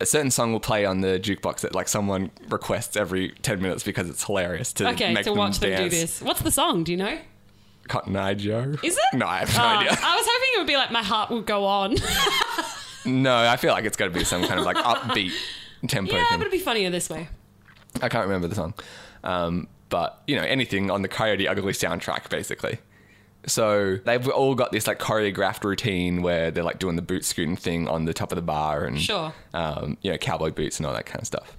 A: A certain song will play on the jukebox that like someone requests every ten minutes because it's hilarious to
B: Okay,
A: make
B: to
A: them
B: watch them
A: dance.
B: do this. What's the song? Do you know?
A: Cotton Eye Joe.
B: Is it?
A: No, I have no
B: Ah,
A: idea.
B: I was hoping it would be like my heart will go on.
A: No, I feel like it's got to be some kind of like upbeat tempo
B: yeah, but
A: thing.
B: it'd be funnier this way.
A: I can't remember the song, um, but you know anything on the Coyote Ugly soundtrack, basically. So they've all got this like choreographed routine where they're like doing the boot scooting thing on the top of the bar and
B: Sure.
A: um, you know, cowboy boots and all that kind of stuff.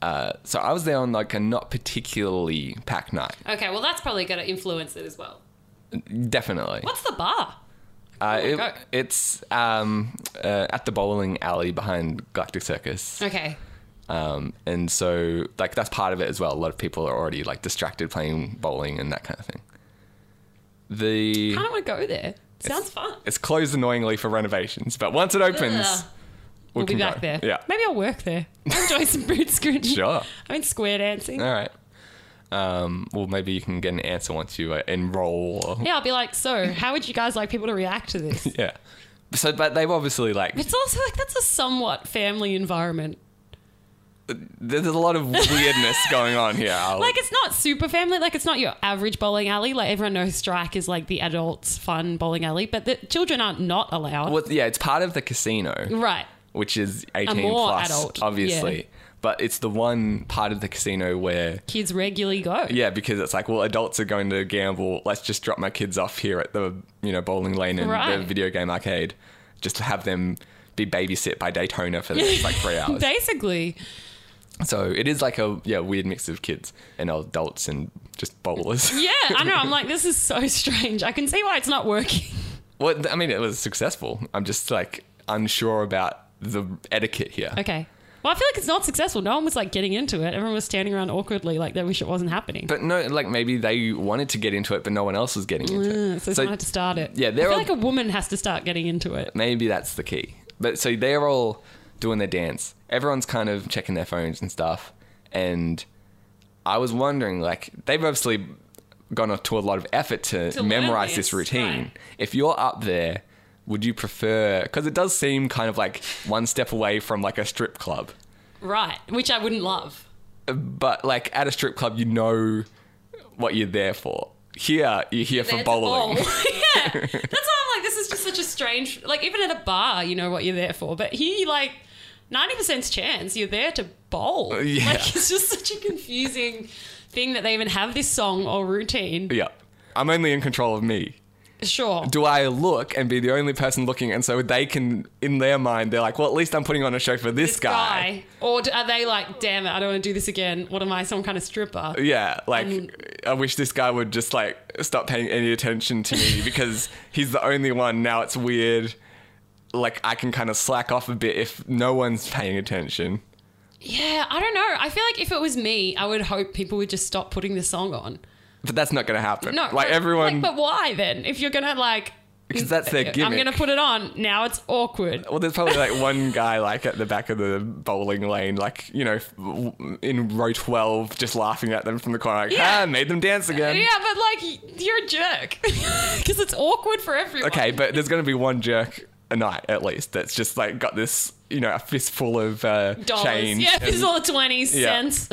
A: Uh, so I was there on like a not particularly packed night,
B: Okay, well, that's probably going to influence it as well.
A: definitely.
B: What's the bar? Oh
A: Uh, it-
B: go.
A: it's um, uh, at the bowling alley behind Galactic Circus,
B: Okay.
A: um, and so like that's part of it as well. A lot of people are already like distracted playing bowling and that kind of thing. The
B: I don't want to go there. Sounds fun.
A: it's closed annoyingly for renovations, but once it opens,
B: Ugh.
A: we
B: We'll be
A: can
B: back
A: go.
B: there.
A: Yeah,
B: Maybe I'll work there. I'll enjoy some boot scooting.
A: sure.
B: I mean, square dancing.
A: All right. Um, well, maybe you can get an answer once you uh, enroll. Or,
B: Yeah, I'll be like, so how would you guys like people to react to this?
A: yeah. So, but they've obviously like
B: It's also like that's a somewhat family environment.
A: there's a lot of weirdness going on here. I'll-
B: Like it's not super family. Like it's not your average bowling alley. Like everyone knows Strike is like the adults' fun bowling alley, but the children are not allowed.
A: well, yeah, it's part of the casino,
B: Right.
A: which is 18
B: more
A: plus,
B: adult,
A: obviously.
B: yeah.
A: But it's the one part of the casino where
B: Kids regularly go.
A: yeah, because it's like, well, adults are going to gamble. Let's just drop my kids off here at the you know bowling lane and
B: Right.
A: the video game arcade, just to have them be babysit by Daytona for the next like three hours.
B: Basically.
A: So it is like a yeah weird mix of kids and adults and just bowlers.
B: Yeah, I know. I'm like, this is so strange. I can see why it's not working.
A: Well, I mean, it was successful. I'm just like unsure about the etiquette here.
B: Okay. Well, I feel like it's not successful. No one was like getting into it. Everyone was standing around awkwardly, like they wish it wasn't happening.
A: But no, like maybe they wanted to get into it, but no one else was getting into
B: Mm,
A: it.
B: so someone had to start it.
A: Yeah,
B: I
A: they're
B: feel
A: all-
B: like a woman has to start getting into it.
A: maybe that's the key. But so they're all doing their dance. Everyone's kind of checking their phones and stuff. And I was wondering, like, they've obviously gone off to a lot of effort to,
B: To learn
A: memorize
B: this,
A: this routine.
B: right.
A: If you're up there, would you prefer? Because it does seem kind of like one step away from like a strip club.
B: Right. Which I wouldn't love.
A: But like at a strip club, you know what you're there for. Here, you're here for
B: There to
A: bowling.
B: bowl. yeah. That's why I'm like, this is just such a strange like even at a bar, you know what you're there for. But here you like ninety percent chance you're there to bowl.
A: Uh, yeah.
B: Like it's just such a confusing thing that they even have this song or routine.
A: yeah. I'm only in control of me.
B: Sure.
A: do I look and be the only person looking? And so they can, in their mind, they're like, well, at least I'm putting on a show for this,
B: this guy. Or do, are they like, damn it, I don't want to do this again. What am I, some kind of stripper?
A: Yeah, like
B: And-
A: I wish this guy would just like stop paying any attention to me because he's the only one. Now it's weird. Like I can kind of slack off a bit if no one's paying attention.
B: Yeah, I don't know. I feel like if it was me, I would hope people would just stop putting the song on.
A: But that's not going to happen.
B: No,
A: like everyone,
B: but why then? If you're gonna like,
A: because that's their gimmick.
B: I'm gonna put it on. Now it's awkward.
A: Well, there's probably like one guy like at the back of the bowling lane, like you know, w- in row twelve, just laughing at them from the corner, like,
B: Yeah.
A: ah, made them dance again.
B: Yeah, but like you're a jerk because it's awkward for everyone.
A: Okay, but there's going to be one jerk a night at least that's just like got this, you know, a fistful of uh,
B: dollars.
A: change.
B: Yeah,
A: and,
B: this is all twenty cents.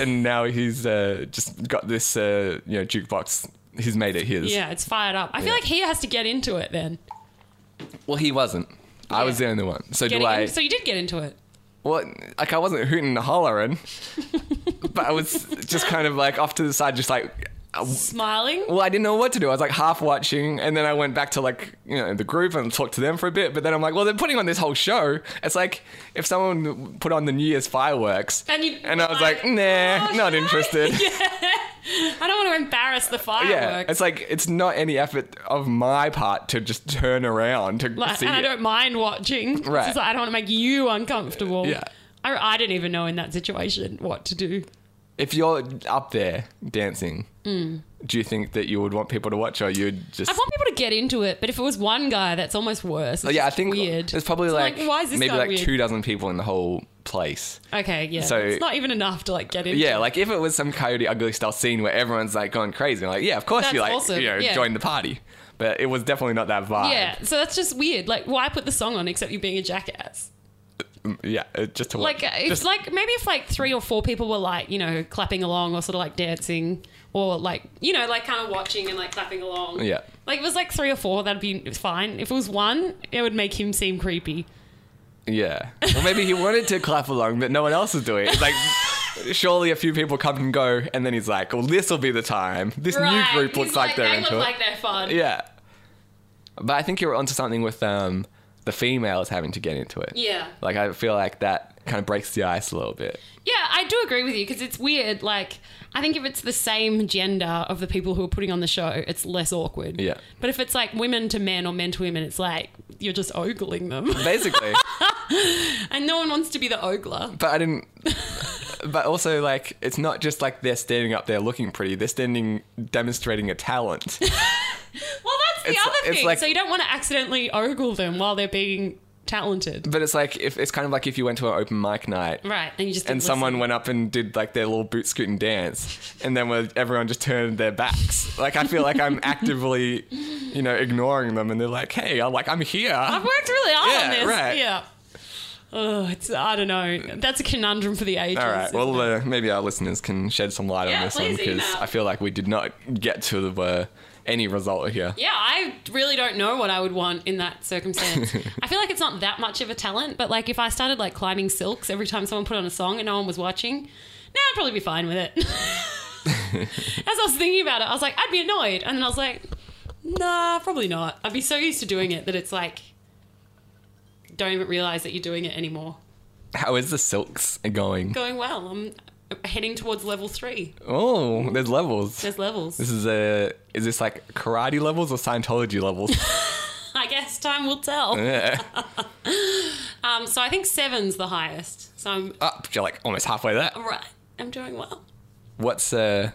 A: and now he's uh, just got this, uh, you know, jukebox. He's made it his.
B: yeah, it's fired up. I feel
A: Yeah.
B: like he has to get into it then.
A: Well, he wasn't. I was the only one. So
B: Getting
A: do I?
B: in- so you did get into it.
A: well, like I wasn't hooting and hollering, but I was just kind of like off to the side, just like. uh,
B: Smiling.
A: Well, I didn't know what to do. I was like half watching, and then I went back to like you know the group and talked to them for a bit. But then I'm like, well, they're putting on this whole show. It's like if someone put on the New Year's fireworks,
B: And you-
A: I was like,
B: like,
A: nah,
B: oh,
A: not
B: should I?"
A: interested. yeah.
B: I don't want to embarrass the fireworks.
A: it's like it's not any effort of my part to just turn around to
B: Like,
A: see.
B: and I
A: it.
B: don't mind watching. It's
A: Right.
B: just like, I don't want to make you uncomfortable.
A: Yeah.
B: I, I didn't even know in that situation what to do.
A: If you're up there dancing, do you think that you would want people to watch, or you'd just?
B: Hmm. I want people to get into it, but if it was one guy, that's almost worse.
A: Oh,
B: It's
A: yeah, I
B: just
A: think
B: weird.
A: there's probably
B: It's
A: like,
B: why is this
A: maybe
B: guy
A: like
B: weird?
A: two dozen people in the whole place.
B: Okay, yeah.
A: So-
B: it's not even enough to like get into.
A: Yeah,
B: it.
A: like if it was some Coyote Ugly style scene where everyone's like going crazy, I'm like, yeah, of course
B: That's
A: you like
B: awesome,
A: you know
B: yeah.
A: join the party. But it was definitely not that vibe.
B: yeah. So that's just weird. Like, why put the song on except you being a jackass?
A: Mm, yeah, it- just to
B: Like, uh, it's
A: just,
B: like maybe if like three or four people were like you know clapping along or sort of like dancing or like you know like kind of watching and like clapping along.
A: yeah,
B: Like if it was like three or four, that'd be fine. If it was one, it would make him seem creepy.
A: yeah. Well, maybe he wanted to clap along, but no one else is doing it. It's like. Surely a few people come and go, and then he's like, "Well, this will be the time. This new group looks like, they're
B: they
A: into
B: look
A: it."
B: like they're fun.
A: yeah, but I think you were onto something with um, the females having to get into it.
B: Yeah.
A: like I feel like that kind of breaks the ice a little bit.
B: Yeah, I do agree with you because it's weird. Like, I think if it's the same gender of the people who are putting on the show, it's less awkward.
A: Yeah.
B: But if it's like women to men or men to women, it's like you're just ogling them.
A: Basically,
B: and no one wants to be the ogler.
A: but I didn't. but also, like, it's not just like they're standing up there looking pretty. They're standing demonstrating a talent.
B: Well, that's the
A: It's-
B: other
A: it's
B: thing.
A: like-
B: so you don't want to accidentally ogle them while they're being talented.
A: but it's like if it's kind of like if you went to an open mic night.
B: Right. And you just
A: And
B: didn't
A: someone
B: listen.
A: went up and did like their little boot scoot and dance, and then where everyone just turned their backs. Like I feel like I'm actively, you know, ignoring them, and they're like, "Hey, I'm like I'm here."
B: I've worked really hard on
A: Yeah,
B: this.
A: right.
B: Yeah. Oh, it's I don't know. That's a conundrum for the ages.
A: All right. Well, uh, maybe our listeners can shed some light
B: Yeah,
A: on this one
B: please
A: because
B: email.
A: I feel like we did not get to the, uh, any result here.
B: Yeah, I really don't know what I would want in that circumstance. I feel like it's not that much of a talent, but like if I started like climbing silks every time someone put on a song and no one was watching, now I'd probably be fine with it. As I was thinking about it, I was like, I'd be annoyed, and then I was like, Nah, probably not. I'd be so used to doing it that it's like, don't even realize that you're doing it anymore.
A: How is the silks going?
B: Going well. I'm heading towards level three. Mm.
A: Oh, there's levels.
B: There's levels.
A: This is a is this like karate levels or Scientology levels?
B: I guess time will tell.
A: Yeah.
B: Um, so I think seven's the highest. So I'm
A: Up, Ah, you're like almost halfway there.
B: right. I'm doing well.
A: What's uh,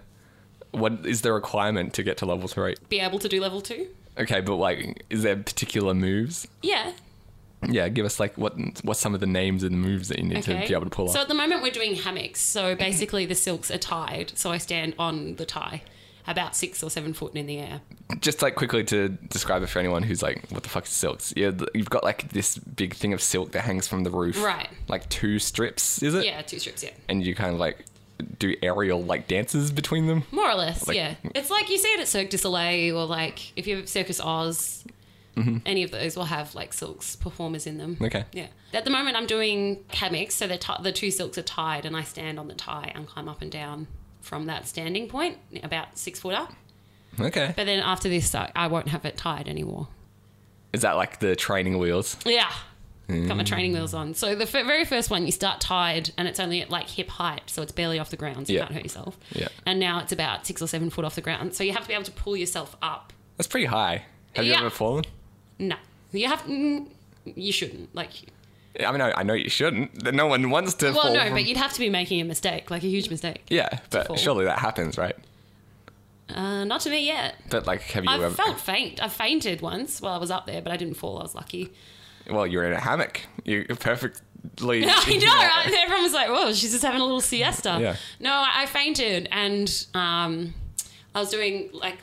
A: what is the requirement to get to level three?
B: Be able to do level two.
A: Okay, but like, is there particular moves?
B: Yeah.
A: Yeah, give us like what what's some of the names and the moves that you need
B: Okay.
A: to be able to pull
B: So
A: off.
B: at the moment we're doing hammocks. So basically the silks are tied. So I stand on the tie, about six or seven foot in the air.
A: Just like quickly to describe it for anyone who's like, what the fuck is silks? Yeah, th- you've got like this big thing of silk that hangs from the roof.
B: Right.
A: Like two strips, is it?
B: Yeah, two strips. Yeah.
A: And you kind of like do aerial like dances between them.
B: More or less,
A: Like- mm.
B: yeah. It's like you see it at Cirque du Soleil or like if you're at Circus Oz, any of those will have like silks performers in them.
A: Mm-hmm. Okay.
B: Yeah. At the moment, I'm doing hammocks, so they're ti the two silks are tied, and I stand on the tie and climb up and down from that standing point, about six foot up.
A: Okay.
B: But then after this, I, I won't have it tied anymore.
A: Is that like the training wheels?
B: Yeah. Got
A: Mm.
B: my training wheels on. So the f- very first one, you start tied, and it's only at like hip height, so it's barely off the ground, so
A: Yeah.
B: you can't hurt yourself.
A: Yeah.
B: And now it's about six or seven foot off the ground, so you have to be able to pull yourself up.
A: That's pretty high. Have you
B: Yeah.
A: ever fallen?
B: No, you have. Mm, you shouldn't like.
A: I mean, I, I know you shouldn't. No one wants to
B: Well,
A: fall.
B: no,
A: from-
B: but you'd have to be making a mistake, like a huge mistake.
A: yeah,
B: fall.
A: but surely that happens, right?
B: Uh, not to me yet.
A: But like, have you
B: I
A: ever?
B: felt faint. I fainted once while I was up there, but I didn't fall. I was lucky.
A: Well, you're in a hammock. You're perfectly.
B: I know. right? Everyone was like, "Whoa, she's just having a little siesta."
A: Yeah.
B: No, I I fainted, and um, I was doing like,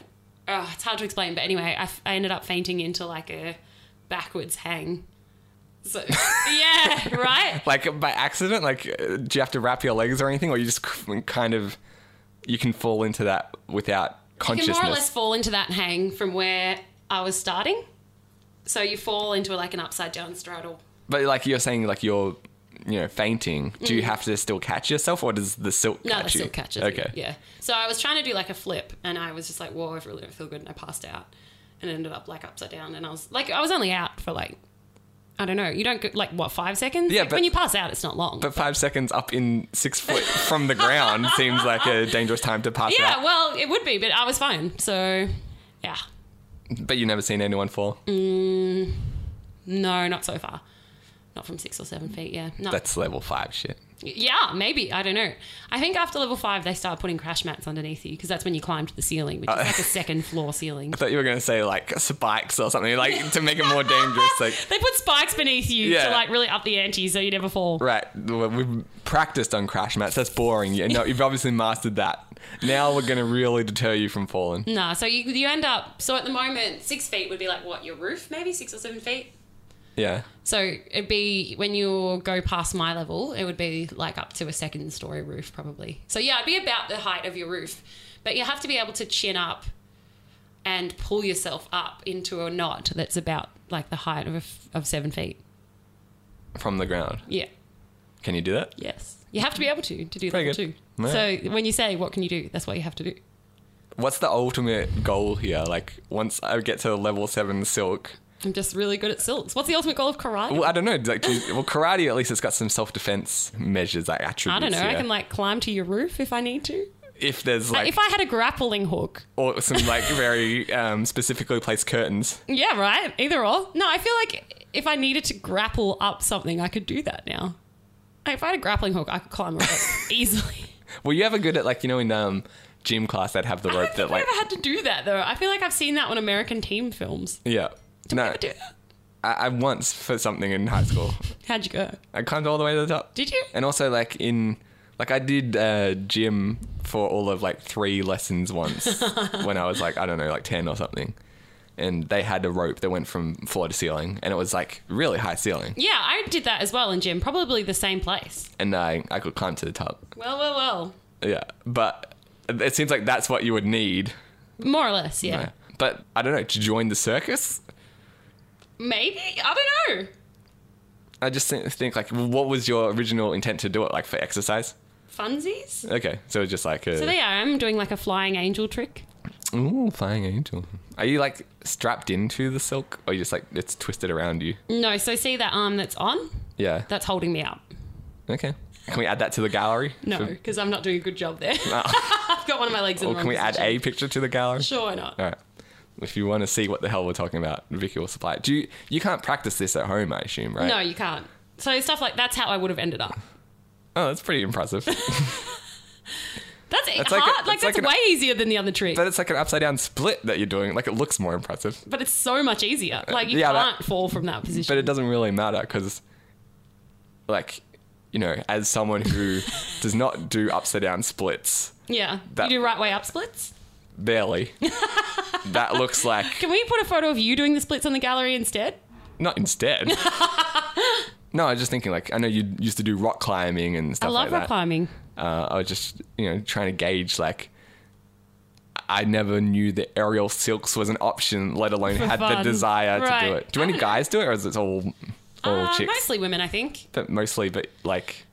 B: oh, it's hard to explain, but anyway, I, f- I ended up fainting into like a backwards hang. So yeah, right.
A: Like by accident. Like, uh, do you have to wrap your legs or anything, or you just c- kind of you can fall into that without
B: You
A: consciousness?
B: can more or less fall into that hang from where I was starting. So you fall into like an upside down straddle.
A: But like you're saying, like you're. You know, fainting. Do you have to still catch yourself, or does the silk
B: Mm. No,
A: catch
B: that
A: you?
B: still catches
A: Okay.
B: me. Yeah. So I was trying to do like a flip and I was just like, whoa, I really don't feel good. And I passed out and ended up like upside down. And I was like, I was only out for like, I don't know. You don't go, like what five seconds?
A: Yeah,
B: Like,
A: but-
B: when you pass out, it's not long.
A: But five seconds up in six foot from the ground seems like a dangerous time to pass
B: yeah,
A: out.
B: well, it would be, but I was fine. So, yeah,
A: but you've never seen anyone fall.
B: Mm. no, not so far, not from six or seven feet. Yeah, no.
A: That's level five shit.
B: Yeah, maybe. I don't know. I think after level five, they start putting crash mats underneath you because that's when you climb to the ceiling, which is
A: Uh,
B: like a second floor ceiling.
A: I thought you were gonna say like spikes or something, like to make it more dangerous. Like
B: They put spikes beneath you
A: Yeah.
B: to like really up the ante so you never fall.
A: right, we- we've practiced on crash mats. That's boring. You know, you've obviously mastered that. Now we're gonna really deter you from falling.
B: Nah, so you, you end up, so at the moment, six feet would be like what, your roof, maybe six or seven feet?
A: Yeah.
B: So it'd be when you go past my level, it would be like up to a second story roof, probably. So yeah, it'd be about the height of your roof, but you have to be able to chin up and pull yourself up into a knot that's about like the height of, a f of seven feet.
A: From the ground.
B: Yeah.
A: Can you do that?
B: Yes. You have to be able to to do
A: Very
B: level two.
A: good. Yeah.
B: So when you say what can you do, that's what you have to do.
A: What's the ultimate goal here? Like once I get to level seven silk.
B: I'm just really good at silks. What's the ultimate goal of karate?
A: Well, I don't know. Like, do you- well, karate at least it's got some self defense measures, like attributes.
B: I don't know. I
A: yeah.
B: can like climb to your roof if I need to.
A: if there's like
B: if I had a grappling hook.
A: or some like very um, specifically placed curtains.
B: Yeah, right. Either or. No, I feel like if I needed to grapple up something, I could do that now. Like, if I had a grappling hook, I could climb a rope easily.
A: Were you ever good at like you know in um, gym class they'd have the
B: I
A: rope that
B: don't think
A: like
B: I've ever had to do that though. I feel like I've seen that on American team films.
A: yeah no
B: Ever do that?
A: I, I once for something in high school
B: How'd you go?
A: I climbed all the way to the top.
B: Did you?
A: And also like in like I did uh, gym for all of like three lessons once when I was like I don't know like ten or something. And they had a rope that went from floor to ceiling, and it was like really high ceiling,
B: Yeah, I did that as well in gym. Probably the same place.
A: and I, I could climb to the top.
B: Well, well, well.
A: Yeah, but it seems like that's what you would need
B: More or less, yeah.
A: Yeah. But I don't know, to join the circus?
B: Maybe? I don't know.
A: I just think, think like, what was your original intent to do it? Like for exercise?
B: Funsies?
A: Okay, so it's just like a.
B: So there I am doing like a flying angel trick.
A: ooh, flying angel. Are you like strapped into the silk or you just like it's twisted around you?
B: No, so see that arm that's on?
A: Yeah.
B: That's holding me up.
A: Okay. Can we add that to the gallery?
B: No,
A: For-
B: because I'm not doing a good job there. I've got one of my legs in
A: or
B: the
A: can
B: wrong
A: we add
B: position.
A: a picture to the gallery?
B: Sure, why not?
A: All right. If you want to see what the hell we're talking about, Vicky will supply. it. Do you? You can't practice this at home, I assume, right?
B: No, you can't. So stuff like that's how I would have ended up.
A: Oh, that's pretty impressive.
B: That's, e-,
A: That's like
B: hard.
A: a-
B: Like,
A: that's
B: that's
A: like an-
B: way easier than the other trick,
A: but
B: but,
A: it's like an upside down split that you're doing. Like it looks more impressive,
B: it's so much easier. Like you
A: Uh, yeah, that-
B: can't fall from that position.
A: but it doesn't really matter because, like, you know, as someone who does not do upside down splits
B: yeah,
A: that-
B: you do right way up splits.
A: barely, that looks like
B: Can we put a photo of you doing the splits on the gallery instead?
A: not instead. No, I was just thinking. Like, I know you used to do rock climbing and
B: I
A: stuff
B: love
A: like
B: rock
A: that.
B: climbing.
A: uh, I was just you know trying to gauge like I never knew that aerial silks was an option, let alone had the
B: fun.
A: desire to
B: Right.
A: do it. Do any guys do it, or is it all all
B: Uh,
A: chicks?
B: mostly women, I think.
A: But mostly, but like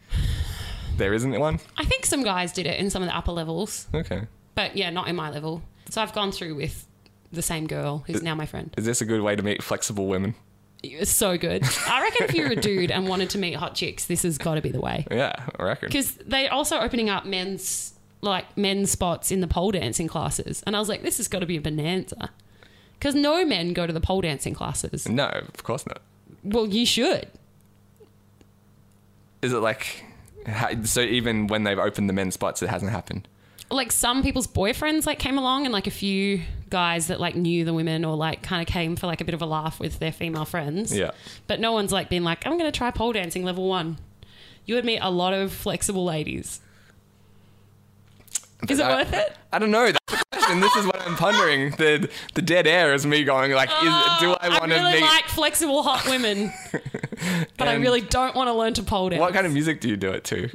A: there isn't one.
B: I think some guys did it in some of the upper levels,
A: Okay,
B: but yeah, not in my level. So I've gone through with the same girl who's now my friend.
A: is this a good way to meet flexible women?
B: It's so good. I reckon if you're a dude and wanted to meet hot chicks, this has got to be the way.
A: Yeah, I reckon.
B: because they're also opening up men's like men's spots in the pole dancing classes and i was like this has got to be a bonanza because no men go to the pole dancing classes
A: No, of course not.
B: well you should
A: Is it like how, so? Even when they've opened the men's spots, it hasn't happened.
B: like some people's boyfriends like came along and like a few guys that like knew the women or like kind of came for like a bit of a laugh with their female friends
A: Yeah.
B: but no one's like been like i'm gonna try pole dancing level one you would meet a lot of flexible ladies is it
A: I-
B: worth it
A: I don't know. That's the question. this is what I'm pondering. The the dead air is me going like, is, do I want to
B: Oh, really
A: meet?
B: like flexible hot women, but I
A: And-
B: really don't want to learn to pole dance.
A: What kind of music do you do it to?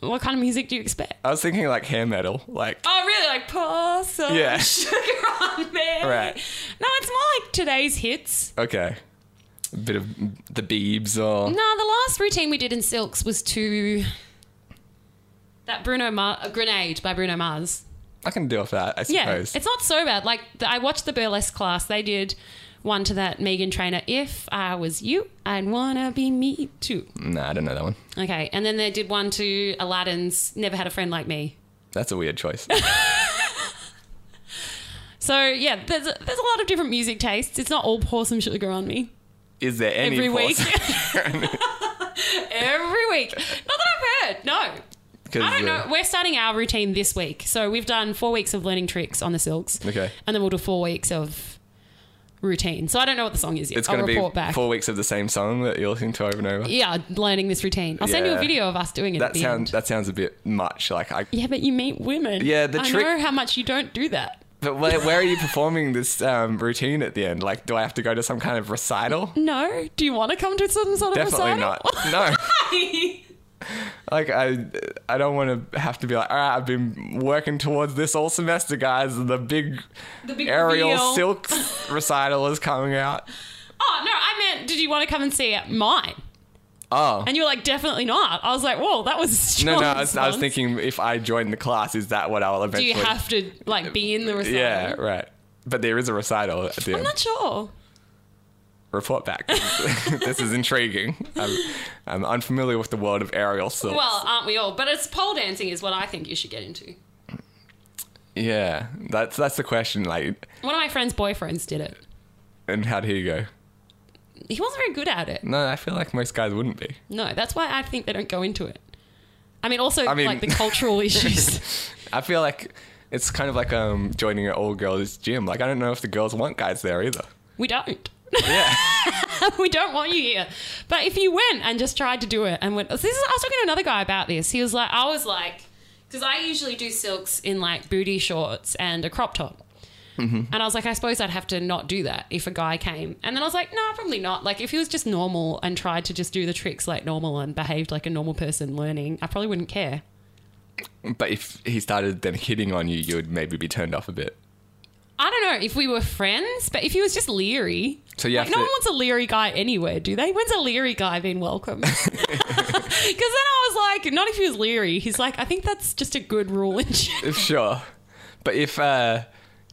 B: What kind of music do you expect?
A: I was thinking like hair metal, like
B: Oh, really? Like pour some
A: Yeah.
B: sugar on me.
A: Right.
B: No, it's more like today's hits.
A: okay, a bit of the Biebs or
B: No, the last routine we did in Silks was to that Bruno Mars uh, "Grenade" by Bruno Mars.
A: I can deal with that, I
B: Yeah,
A: suppose.
B: it's not so bad. Like the, I watched the burlesque class; they did one to that Megan Trainer. If I was you, I'd wanna be me too.
A: no, I don't know that one.
B: Okay, and then they did one to Aladdin's "Never Had a Friend Like Me."
A: That's a weird choice.
B: So yeah, there's a, there's a lot of different music tastes. It's not all pour some sugar on me
A: Is there any
B: every week. every week, not that I've heard. No, I don't know. We're starting our routine this week, so we've done four weeks of learning tricks on the silks.
A: Okay.
B: and then we'll do four weeks of routine. So I don't know what the song is yet.
A: It's
B: I'll
A: going to be
B: report back.
A: four weeks of the same song that you're listening to over and over.
B: yeah, learning this routine. I'll send you
A: Yeah.
B: a video of us doing it. at
A: That
B: the
A: sounds
B: end.
A: that sounds a bit much. Like I,
B: Yeah, but you meet women.
A: Yeah, the
B: I
A: trick-
B: know how much you don't do that.
A: but where, where are you performing this um, routine at the end? Like, do I have to go to some kind of recital?
B: No. Do you want to come to some sort
A: Definitely
B: of
A: not.
B: recital?
A: No.
B: Definitely
A: Like I, I don't want to have to be like, all right, I've been working towards this all semester, guys. The big,
B: The big
A: aerial
B: reveal.
A: silks recital is coming out.
B: Oh no, I meant, did you want to come and see mine?
A: Oh
B: And you were like, definitely not. I was like, whoa, that was a strong
A: no, no, I was, I was
B: response.
A: thinking if I join the class, is that what I will
B: Do
A: eventually?
B: you have to like be in the recital?
A: Yeah, right. But there is a recital at the
B: I'm
A: end.
B: not sure.
A: Report back. this is intriguing. I'm, I'm unfamiliar with the world of aerial silks.
B: Well, aren't we all? But it's pole dancing is what I think you should get into.
A: yeah, that's that's the question. Like,
B: One of my friend's boyfriends did it.
A: and how did he go?
B: He wasn't very good at it.
A: No, I feel like most guys wouldn't be.
B: No, that's why I think they don't go into it. I mean, also
A: I mean-
B: like the cultural issues.
A: I feel like it's kind of like um joining an all girls gym. Like I don't know if the girls want guys there either.
B: We don't.
A: Yeah.
B: we don't want you here. But if you went and just tried to do it and went, this is, I was talking to another guy about this. He was like, I was like, because I usually do silks in like booty shorts and a crop top. And I was like, I suppose I'd have to not do that if a guy came. And then I was like, no, probably not. Like, if he was just normal and tried to just do the tricks like normal and behaved like a normal person learning, I probably wouldn't care.
A: but if he started then hitting on you, you would maybe be turned off a bit.
B: I don't know if we were friends, but if he was just leery.
A: So you
B: like,
A: have
B: no
A: to-
B: one wants a leery guy anywhere, do they? When's a leery guy been welcome? Because then I was like, not if he was leery. He's like, I think that's just a good rule in general.
A: If sure. But if uh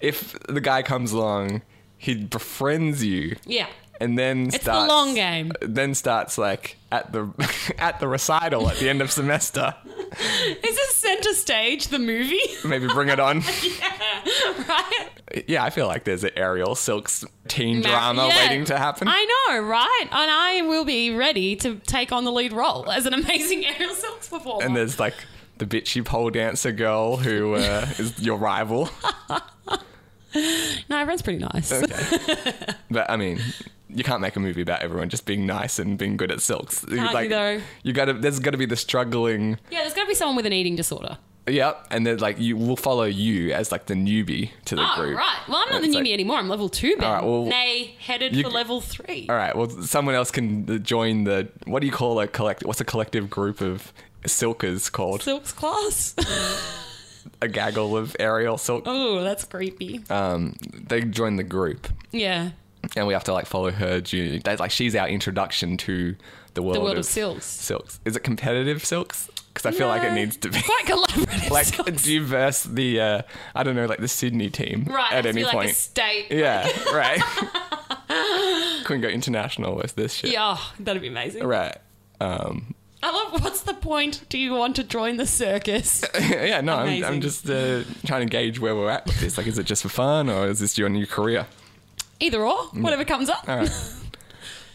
A: if the guy comes along, he befriends you
B: Yeah.
A: and then
B: It's the
A: starts,
B: long game.
A: Then starts like at the at the recital at the end of semester.
B: Is this center stage the movie?
A: Maybe bring it on.
B: right?
A: Yeah, I feel like there's an Ariel Silks teen
B: Ma-
A: drama
B: yeah.
A: waiting to happen.
B: I know, right? And I will be ready to take on the lead role as an amazing Ariel Silks performer.
A: and there's like the bitchy pole dancer girl who uh, is your rival.
B: no, everyone's pretty nice.
A: Uh, But I mean, you can't make a movie about everyone just being nice and being good at silks.
B: you, though?
A: you gotta. There's gotta be the struggling.
B: Yeah, there's got to be someone with an eating disorder.
A: Yep. And then like you will follow you as like the newbie to the
B: Oh,
A: group.
B: right. Well, I'm not the
A: It's
B: newbie
A: like-
B: anymore. I'm level two, Ben.
A: All right, well,
B: Nay, headed
A: you-
B: for level three.
A: All right. Well, someone else can join the. What do you call a collect? What's a collective group of silkers called?
B: Silks class.
A: A gaggle of aerial silk.
B: oh, that's creepy.
A: Um, they join the group,
B: yeah.
A: and we have to like follow her journey. That's like she's our introduction to the world.
B: world of silks.
A: Silks. Is it competitive silks? Because I feel like it
B: No.
A: needs to be.
B: Quite collaborative.
A: like
B: silks.
A: do you verse the uh, I don't know, like the Sydney team
B: right. it has
A: at
B: to
A: any
B: be like
A: point.
B: a state.
A: yeah, right. Couldn't go international with this shit.
B: Yeah, oh, that'd be amazing.
A: Right. Um,
B: I love. What's the point? Do you want to join the circus?
A: yeah, no, I'm, I'm
B: Amazing.
A: just uh, trying to gauge where we're at with this. Like, is it just for fun or is this your new career?
B: Either or, whatever comes up.
A: Mm. All right.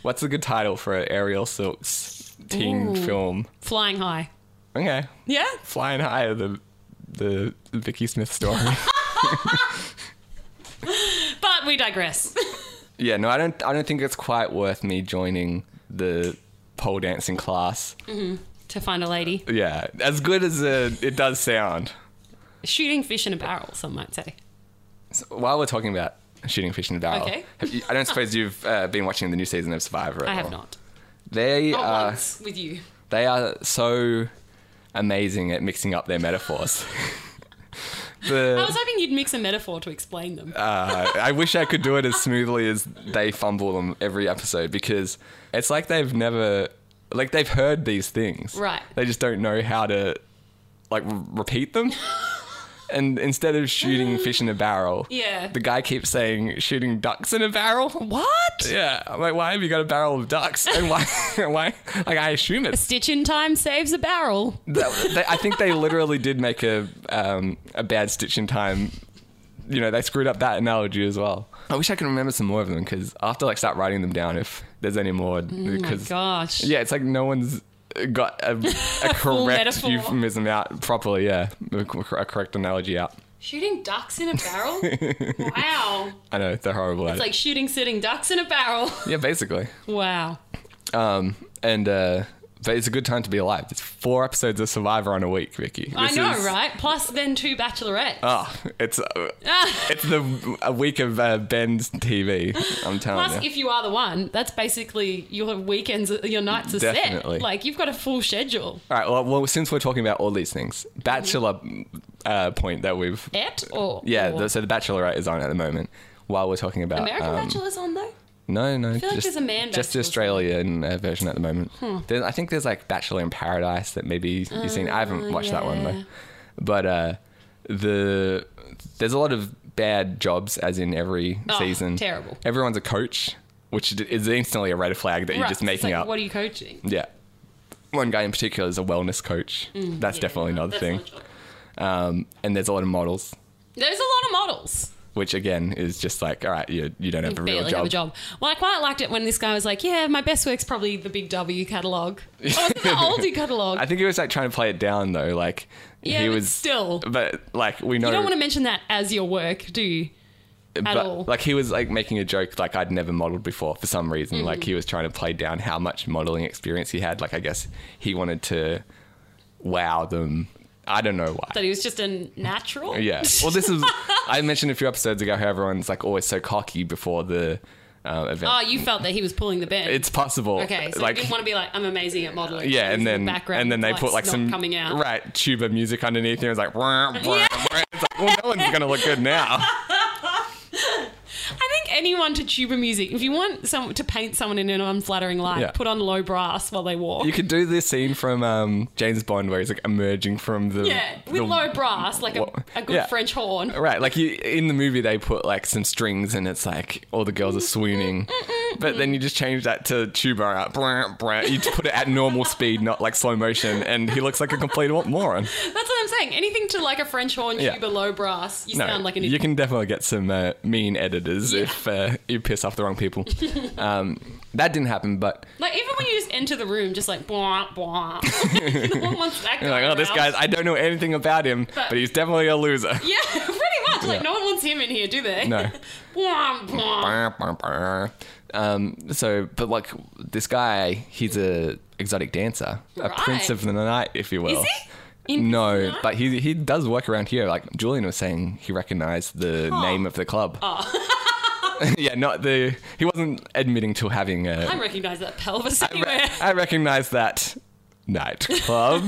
A: What's a good title for an Ariel Silks teen
B: Ooh.
A: film?
B: Flying high.
A: Okay.
B: Yeah.
A: Flying High of the, the Vicky Smith story.
B: But we digress.
A: Yeah, no, I don't. I don't think it's quite worth me joining the pole dancing class.
B: to find a lady
A: Yeah, as good as uh, it does sound.
B: shooting fish in a barrel, some might say.
A: So while we're talking about shooting fish in a barrel,
B: Okay.
A: have you- I don't suppose you've uh, been watching the new season of Survivor. At
B: I have
A: all?
B: not.
A: They
B: Not
A: are
B: once with you.
A: they are so amazing at mixing up their metaphors. the,
B: I was hoping you'd mix a metaphor to explain them.
A: uh, I wish I could do it as smoothly as they fumble them every episode because it's like they've never, like they've heard these things,
B: Right.
A: They just don't know how to, like, r- repeat them. and instead of shooting fish in a barrel,
B: Yeah.
A: the guy keeps saying shooting ducks in a barrel. What? Yeah, I'm like, why have you got a barrel of ducks? And why? why? Like, I assume it's
B: Stitch in time saves a barrel.
A: that- they, I think they literally did make a um, a bad stitch in time. You know, they screwed up that analogy as well. I wish I could remember some more of them because I have to like start writing them down if there's any more. Because
B: Oh Gosh.
A: yeah, it's like no one's got a, a correct
B: metaphor.
A: euphemism out properly. Yeah, a, cor- a correct analogy out.
B: Shooting ducks in a barrel? wow.
A: I know they're horrible at
B: It's
A: it.
B: like shooting sitting ducks in a barrel.
A: yeah, basically.
B: Wow.
A: Um, and uh, but it's a good time to be alive. It's four episodes of Survivor on a week, Vicky.
B: I
A: This
B: know,
A: is-
B: right? Ah, Plus then two bachelorettes.
A: Oh, it's uh, it's the a week of uh, Ben's TV. I'm telling
B: Plus,
A: you.
B: if you are the one, that's basically your weekends, your nights are
A: Definitely.
B: set. Like you've got a full schedule.
A: all right. Well, well, since we're talking about all these things, Bachelor
B: Mm-hmm.
A: uh, point that we've
B: Et or
A: yeah.
B: or
A: The, so the Bachelorette is on at the moment. While we're talking about
B: American
A: um,
B: Bachelor's on though.
A: no, no,
B: feel like
A: just,
B: there's a man
A: just the
B: Bachelor.
A: Australian uh, version at the moment. There, I think there's like Bachelor in Paradise that maybe you've seen. I haven't watched that one
B: Oh, yeah.
A: though. But uh, the there's a lot of bad jobs as in every
B: Oh,
A: season.
B: terrible.
A: Everyone's a coach, which d- is instantly a red flag that you're
B: Right,
A: just
B: it's
A: making
B: like,
A: up.
B: What are you coaching?
A: yeah. One guy in particular is a wellness coach. That's definitely not a
B: Mm. That's
A: thing.
B: not a job.
A: Um, and there's a lot of models,
B: There's a lot of models.
A: which again is just like, all right, you, you don't have a real
B: Barely
A: job.
B: have a job. Well, I quite liked it when this guy was like, "Yeah, my best work's probably the Big W catalog, or the oldie catalog."
A: I think he was like trying to play it down though. Like
B: Yeah,
A: he
B: but
A: was
B: still.
A: but like we know,
B: you don't want to mention that as your work, do you? at
A: but,
B: all.
A: Like he was like making a joke like I'd never modeled before for some
B: Mm.
A: reason. Like he was trying to play down how much modeling experience he had. Like I guess he wanted to wow them. I don't know why.
B: That he was just a natural.
A: Yeah. Well, this is I mentioned a few episodes ago how everyone's like always so cocky before the uh, event.
B: Oh, you felt that he was pulling the bend.
A: it's possible.
B: okay. So you didn't want to be like, "I'm amazing at modeling."
A: Yeah,
B: He's in
A: and
B: the
A: then
B: background,
A: and then they
B: like,
A: put like
B: snot
A: some
B: coming out.
A: right tuba music underneath, and it's like, "Wah, wah, wah." it's like, well, no one's gonna look good now.
B: I think anyone to tuba music. If you want some to paint someone in an unflattering light,
A: Yeah.
B: put on low brass while they walk.
A: You could do this scene from um, James Bond where he's like emerging from the
B: yeah, with
A: the-
B: low brass, like a,
A: Wha-
B: a good
A: yeah.
B: French horn.
A: Right, like you in the movie they put like some strings and it's like all the girls are swooning, But then you just change that to tuba. uh, brr, brr. You just put it at normal speed, not like slow motion, and he looks like a complete moron.
B: That's what I'm saying. Anything to like a French horn,
A: Yeah.
B: tuba, low brass, you sound like an
A: you
B: idiot.
A: can definitely get some uh, mean editors if uh, you piss off the wrong people. um, that didn't happen, but
B: Like even when you just enter the room, just like blah blah. no one wants that
A: you're like,
B: guy
A: oh, this
B: around.
A: guy's. I don't know anything about him, but,
B: But-
A: he's definitely a loser.
B: Yeah, pretty much. Like no one wants him in here, do they?
A: No.
B: blah blah.
A: Brr, brr, brr. Um, so, but like this guy, he's a exotic dancer, a
B: Right.
A: prince of the night, if you will.
B: Is he? In
A: no,
B: Priscilla?
A: but he he does work around here. Like Julian was saying, he recognised the name of the club.
B: Oh.
A: yeah, not the. He wasn't admitting to having a.
B: I recognize that pelvis
A: I re-
B: anywhere.
A: I recognise that nightclub.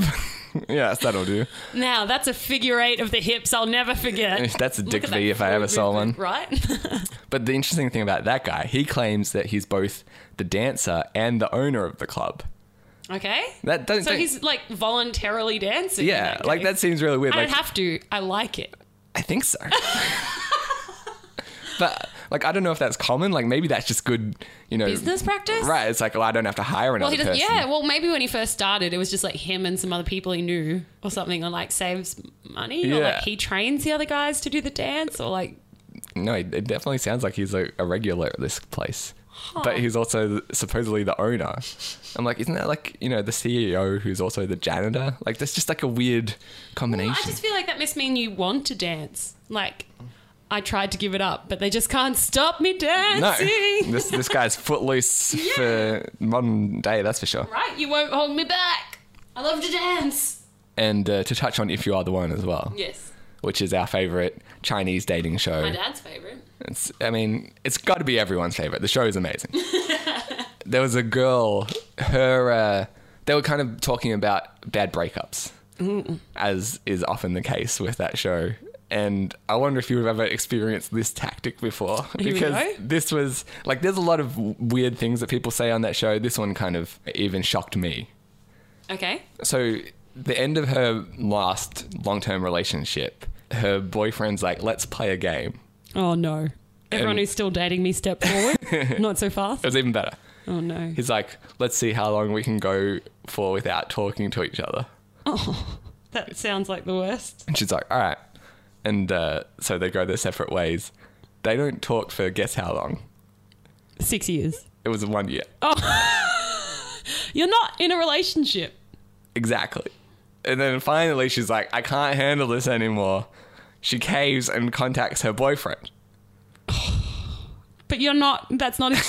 A: yes, that'll do.
B: now that's a figure eight of the hips I'll never forget.
A: That's a
B: Look
A: dick
B: at that
A: V if I
B: forward
A: ever saw one.
B: movement, Right?
A: But the interesting thing about that guy, he claims that he's both the dancer and the owner of the club.
B: okay.
A: That doesn't.
B: so he's like voluntarily dancing. in
A: yeah,
B: that
A: like
B: case.
A: that seems really weird.
B: I
A: like
B: don't have to. I like it.
A: I think so. but like I don't know if that's common. Like maybe that's just good, you know,
B: Business practice?
A: Right? It's like well, I don't have to hire another
B: Well, he does.
A: person.
B: Yeah. Well, maybe when he first started, it was just like him and some other people he knew or something, or like saves money, or
A: Yeah.
B: like he trains the other guys to do the dance, or like
A: No, it, it definitely sounds like he's a, a regular at this place. But he's also supposedly the owner. I'm like, isn't that like you know the CEO who's also the janitor? Like that's just like a weird combination.
B: I just feel like that must mean you want to dance. Like, I tried to give it up, but they just can't stop me
A: no,
B: dancing.
A: this this guy's footloose for modern day. That's for sure.
B: right? You won't hold me back. I love to dance.
A: And uh, to touch on if you are the one as well,
B: Yes,
A: which is our favorite Chinese dating show.
B: my dad's favorite.
A: It's, I mean, it's got to be everyone's favorite. The show is amazing. there was a girl, her, uh, they were kind of talking about bad breakups, as is often the case with that show. And I wonder if you've ever experienced this tactic before.
B: we
A: because
B: go.
A: this was like, there's a lot of w- weird things that people say on that show. This one kind of even shocked me.
B: Okay.
A: So, the end of her last long term relationship, her boyfriend's like, let's play a game.
B: Oh no. Everyone
A: And-
B: who's still dating me, step forward. Not so fast.
A: It was even better.
B: Oh no.
A: He's like, let's see how long we can go for without talking to each other.
B: Oh, That sounds like the worst.
A: And she's like, all right. And uh, so they go their separate ways. They don't talk for guess how long.
B: Six years.
A: It was one year. Oh,
B: You're not in a relationship.
A: Exactly. And then finally, she's like, I can't handle this anymore. She caves and contacts her boyfriend.
B: But you're not. That's not his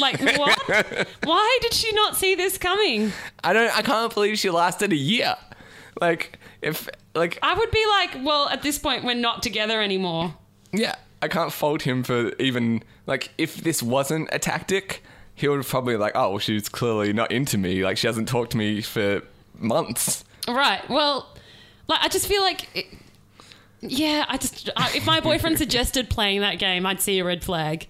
B: like what? Why did she not see this coming?
A: I don't. I can't believe she lasted a year. Like if like
B: I would be like, well, at this point, we're not together anymore.
A: Yeah, I can't fault him for even like if this wasn't a tactic, he would probably like, oh, well, she's clearly not into me. Like she hasn't talked to me for months.
B: Right. Well, like I just feel like, it, yeah. I just I, if my boyfriend suggested playing that game, I'd see a red flag.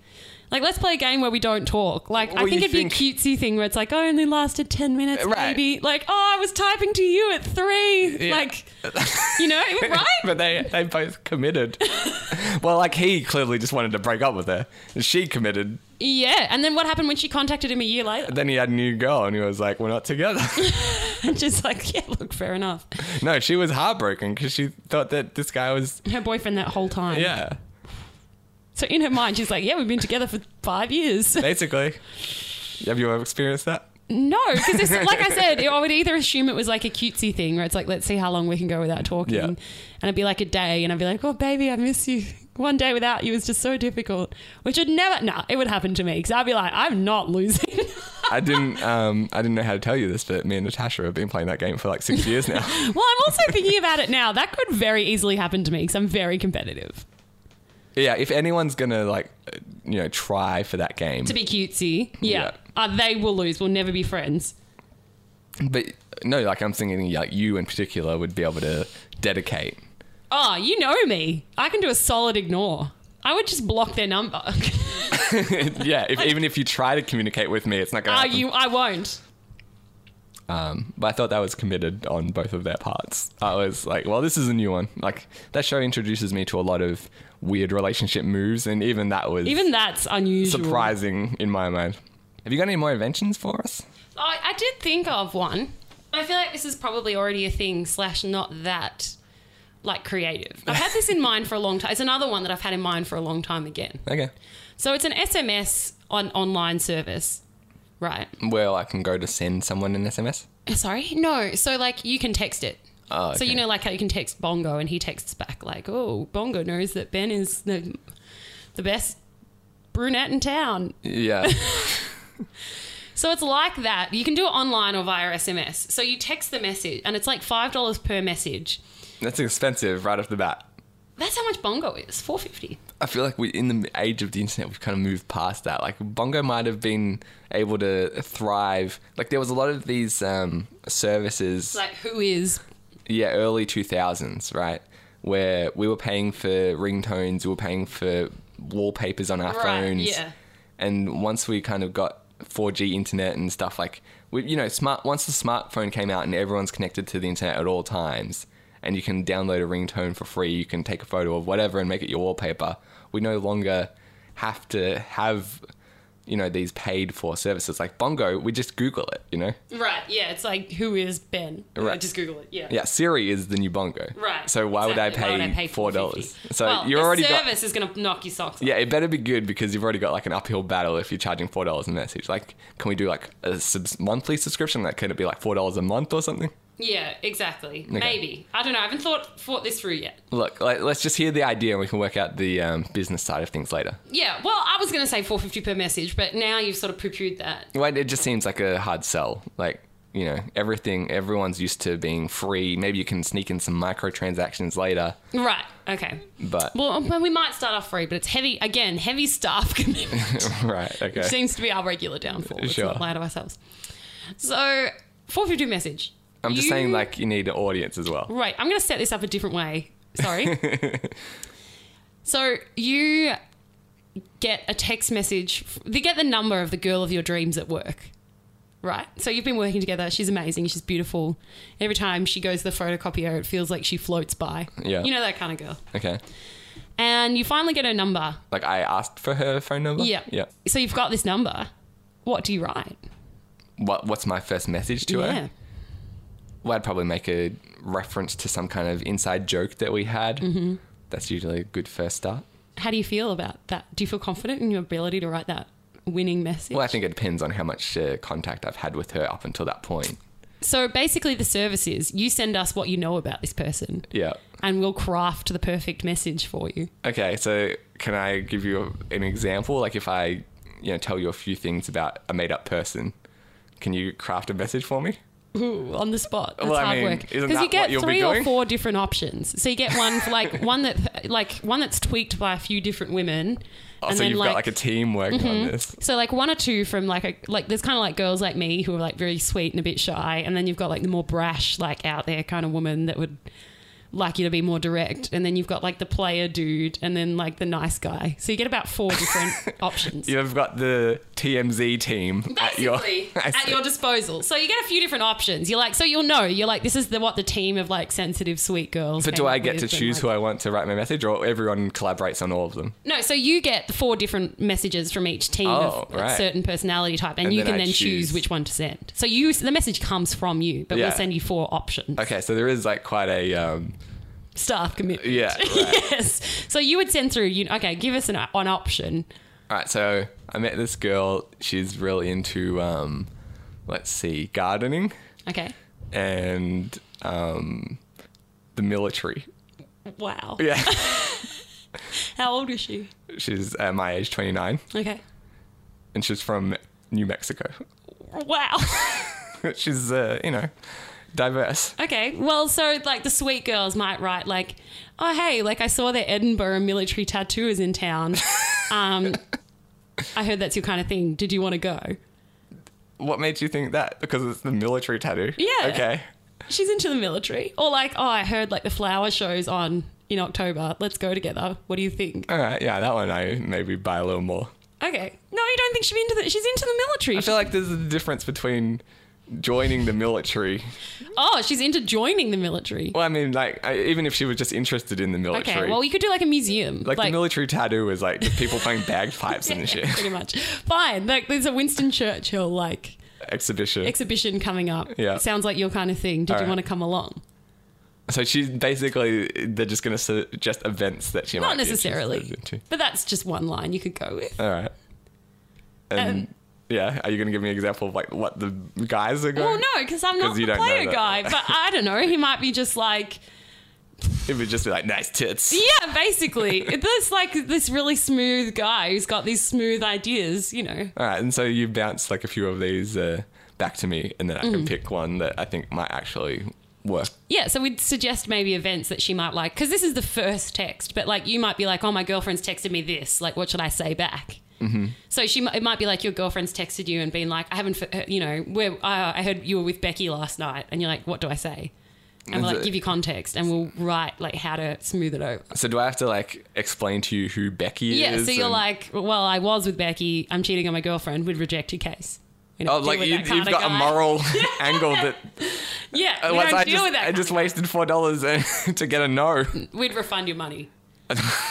B: Like, let's play a game where we don't talk. Like, I
A: Well,
B: think
A: you
B: it'd
A: think-
B: be a cutesy thing where it's like, oh, I only lasted ten minutes,
A: Right.
B: maybe. Like, oh, I was typing to you at three.
A: Yeah.
B: Like, you know, right?
A: but they they both committed. well, like he clearly just wanted to break up with her. And she committed.
B: yeah. And then what happened when she contacted him a year later?
A: Then he had a new girl, and he was like, "We're not together."
B: And just like, yeah, look, fair enough.
A: no, she was heartbroken because she thought that this guy was
B: Her boyfriend that whole time.
A: yeah,
B: So in her mind, she's like, yeah, we've been together for five years.
A: basically. Have you ever experienced that?
B: No, because like I said, I would either assume it was like a cutesy thing where it's like, let's see how long we can go without talking.
A: Yeah.
B: And it'd be like a day, and I'd be like, oh, baby, I miss you. One day without you is just so difficult, which would never, nah, it would happen to me because I'd be like, I'm not losing.
A: I didn't. Um, I didn't know how to tell you this, but me and Natasha have been playing that game for like six years now.
B: well, I'm also thinking about it now. That could very easily happen to me because I'm very competitive.
A: Yeah, if anyone's gonna like, uh, you know, try for that game,
B: To be cutesy, yeah,
A: Yeah.
B: Uh, they will lose. We'll never be friends.
A: but no, like I'm thinking, like you in particular would be able to dedicate.
B: Oh, you know me. I can do a solid ignore. I would just block their number. Ah,
A: yeah, if, even if you try to communicate with me, it's not gonna.
B: Are
A: happen.
B: you? I won't.
A: Um, but I thought that was committed on both of their parts. I was like, well, this is a new one. Like that show introduces me to a lot of weird relationship moves, and even that was
B: Even that's unusual.
A: surprising in my mind. Have you got any more inventions for us?
B: I, I did think of one. I feel like this is probably already a thing slash not that like creative. I've had this in mind for a long time. It's another one that I've had in mind for a long time again.
A: Okay.
B: So it's an SMS on online service, right?
A: Well, I can go to send someone an SMS.
B: Uh, Sorry, no. So like you can text it.
A: Oh,
B: So you
A: okay.
B: know like how you can text Bongo and he texts back like, "Oh, Bongo knows that Ben is the the best brunette in town."
A: Yeah.
B: So it's like that. You can do it online or via SMS. So you text the message and it's like $5 per message.
A: That's expensive right off the bat.
B: That's how much Bongo is, 450.
A: I feel like we in the age of the internet we've kind of moved past that. Like Bongo might have been able to thrive. Like there was a lot of these um, services,
B: It's like who is
A: yeah, early two thousands, right, where we were paying for ringtones, we were paying for wallpapers on our
B: Right,
A: phones,
B: yeah.
A: and once we kind of got 4G internet and stuff like we, you know smart once the smartphone came out and everyone's connected to the internet at all times and you can download a ringtone for free you can take a photo of whatever and make it your wallpaper we no longer have to have you know these paid for services like bongo we just google it you know
B: right? Yeah, it's like who is Ben?
A: Right.
B: Just Google it. Yeah.
A: yeah siri is the new bongo
B: Right.
A: so why,
B: exactly.
A: would, I pay four dollars
B: $4.50?
A: so
B: well,
A: you
B: the
A: already got
B: service is going to knock your socks off.
A: Yeah, it better be good because you've already got like an uphill battle if you're charging four dollars a message. Like, can we do like a subs- monthly subscription? Like, could it be like four dollars a month or something?
B: Yeah, exactly. Maybe I don't know. I haven't thought thought this through yet.
A: Look, like, let's just hear the idea and we can work out the um, business side of things later.
B: Yeah. Well, I was going to say 450 per message, but now you've sort of poo-pooed that.
A: Well, it just seems like a hard sell. Like, you know, everything everyone's used to being free. Maybe you can sneak in some microtransactions later,
B: Right. Okay.
A: but
B: Well, um, well, we might start off free, but it's heavy again. Heavy staff commitment
A: right, okay,
B: seems to be our regular downfall. Let's
A: Sure.
B: not lie to ourselves. So 450 message.
A: I'm just
B: You-
A: saying like you need an audience as well.
B: Right. I'm going to set this up a different way. Sorry. so you get a text message. They get the number of the girl of your dreams at work. Right. So you've been working together. She's amazing. She's beautiful. Every time she goes to the photocopier, it feels like she floats by.
A: Yeah.
B: You know that kind of girl.
A: Okay,
B: And you finally get her number.
A: like I asked for her phone number.
B: Yeah.
A: yeah.
B: So you've got this number. What do you write?
A: What what's my first message to her?
B: yeah.
A: Well, I'd probably make a reference to some kind of inside joke that we had.
B: Mm-hmm.
A: That's usually a good first start.
B: How do you feel about that? Do you feel confident in your ability to write that winning message?
A: Well, I think it depends on how much uh, contact I've had with her up until that point.
B: So basically, the service is you send us what you know about this person,
A: Yeah.
B: and we'll craft the perfect message for you.
A: Okay, so can I give you an example? Like if I, you know, tell you a few things about a made up person, can you craft a message for me?
B: Ooh, on the spot. That's
A: Well, I
B: hard
A: mean,
B: work.
A: isn't
B: Because you
A: that
B: get
A: what you'll be
B: three or
A: doing?
B: four different options. So you get one for like one that like one that's tweaked by a few different women.
A: Oh, so you've got like a team working
B: Mm-hmm.
A: on this.
B: so like one or two from like a, like there's kind of like girls like me who are like very sweet and a bit shy, and then you've got like the more brash like out there kind of woman that would like you to be more direct, and then you've got like the player dude, and then like the nice guy. So you get about four different options.
A: You've got the TMZ team
B: basically
A: at your
B: at your disposal. So you get a few different options. You're like, so you'll know. You're like, this is the what the team of like sensitive sweet girls.
A: But do I get to choose who I want to write my message, or everyone collaborates on all of them?
B: No, so you get the four different messages from each team
A: Oh,
B: of a
A: right.
B: certain personality type, and,
A: And
B: you
A: then
B: can
A: I
B: then choose.
A: choose.
B: which one to send. So you the message comes from you, but
A: Yeah.
B: we'll send you four options.
A: Okay, so there is like quite a um,
B: Staff commitment.
A: yeah. Uh, Right.
B: yes. So you would send through. You okay? Give us an, an option.
A: All right, so I met this girl. She's really into, um, let's see, gardening
B: Okay.
A: and um, the military.
B: Wow.
A: Yeah,
B: How old is she?
A: she's uh, my age, twenty nine,
B: Okay.
A: and she's from New Mexico.
B: Wow.
A: she's uh, you know diverse.
B: Okay. Well, so like the sweet girls might write like, "Oh hey, like I saw that Edinburgh military tattoo is in town. Um, I heard that's your kind of thing. Did you want to go?"
A: What made you think that? Because it's the military tattoo.
B: Yeah.
A: Okay.
B: She's into the military, or like, "Oh, I heard like the flower shows on in October. Let's go together. What do you think?"
A: All right. Yeah, that one I maybe buy a little more.
B: Okay. No, you don't think she's into the she's into the military.
A: I feel like there's a difference between joining the military.
B: Oh, she's into joining the military.
A: Well, I mean, like I, even if she was just interested in the military,
B: Okay, well, you could do like a museum.
A: like, the military tattoo is like just people playing bagpipes and shit.
B: Pretty much. Fine. Like, there's a Winston Churchill like
A: Exhibition.
B: exhibition coming up.
A: Yeah.
B: Sounds like your kind of thing. Did you
A: right.
B: want to come along?
A: so she's basically they're just going to suggest events that she might
B: Not
A: be
B: necessarily.
A: interested into.
B: But that's just one line you could go with.
A: All right. And
B: Um,
A: yeah, are you going to give me an example of like what the guys are going?
B: Well, no, because I'm
A: 'Cause
B: not
A: you
B: the
A: don't know
B: player
A: that.
B: guy. But I don't know. He might be just like,
A: It would just be like nice tits.
B: yeah, basically. There's like this really smooth guy who's got these smooth ideas, you know.
A: All right, and so you bounce like a few of these uh, back to me, and then I
B: Mm-hmm.
A: can pick one that I think might actually work.
B: Yeah, so we'd suggest maybe events that she might like because this is the first text, but like you might be like, "Oh, my girlfriend's texted me this. Like, what should I say back?" Mm-hmm. So she mi- it might be like your girlfriend's texted you and been like, "I haven't, f- uh, you know, where I I heard you were with Becky last night," and you're like, "What do I say?" And we'll
A: Is
B: like
A: it-
B: give you context, and we'll write like how to smooth it over.
A: So do I have to like explain to you who Becky
B: Yeah,
A: is?
B: so you're
A: and-
B: like, "Well, I was with Becky. I'm cheating on my girlfriend. Would reject your case." You know,
A: Oh,
B: deal
A: like
B: with
A: you,
B: that kinda
A: you've got a
B: guy.
A: moral angle that
B: Yeah, we
A: Unless
B: don't
A: I
B: deal
A: just,
B: with that.
A: I just wasted four dollars to get a no.
B: We'd refund your money.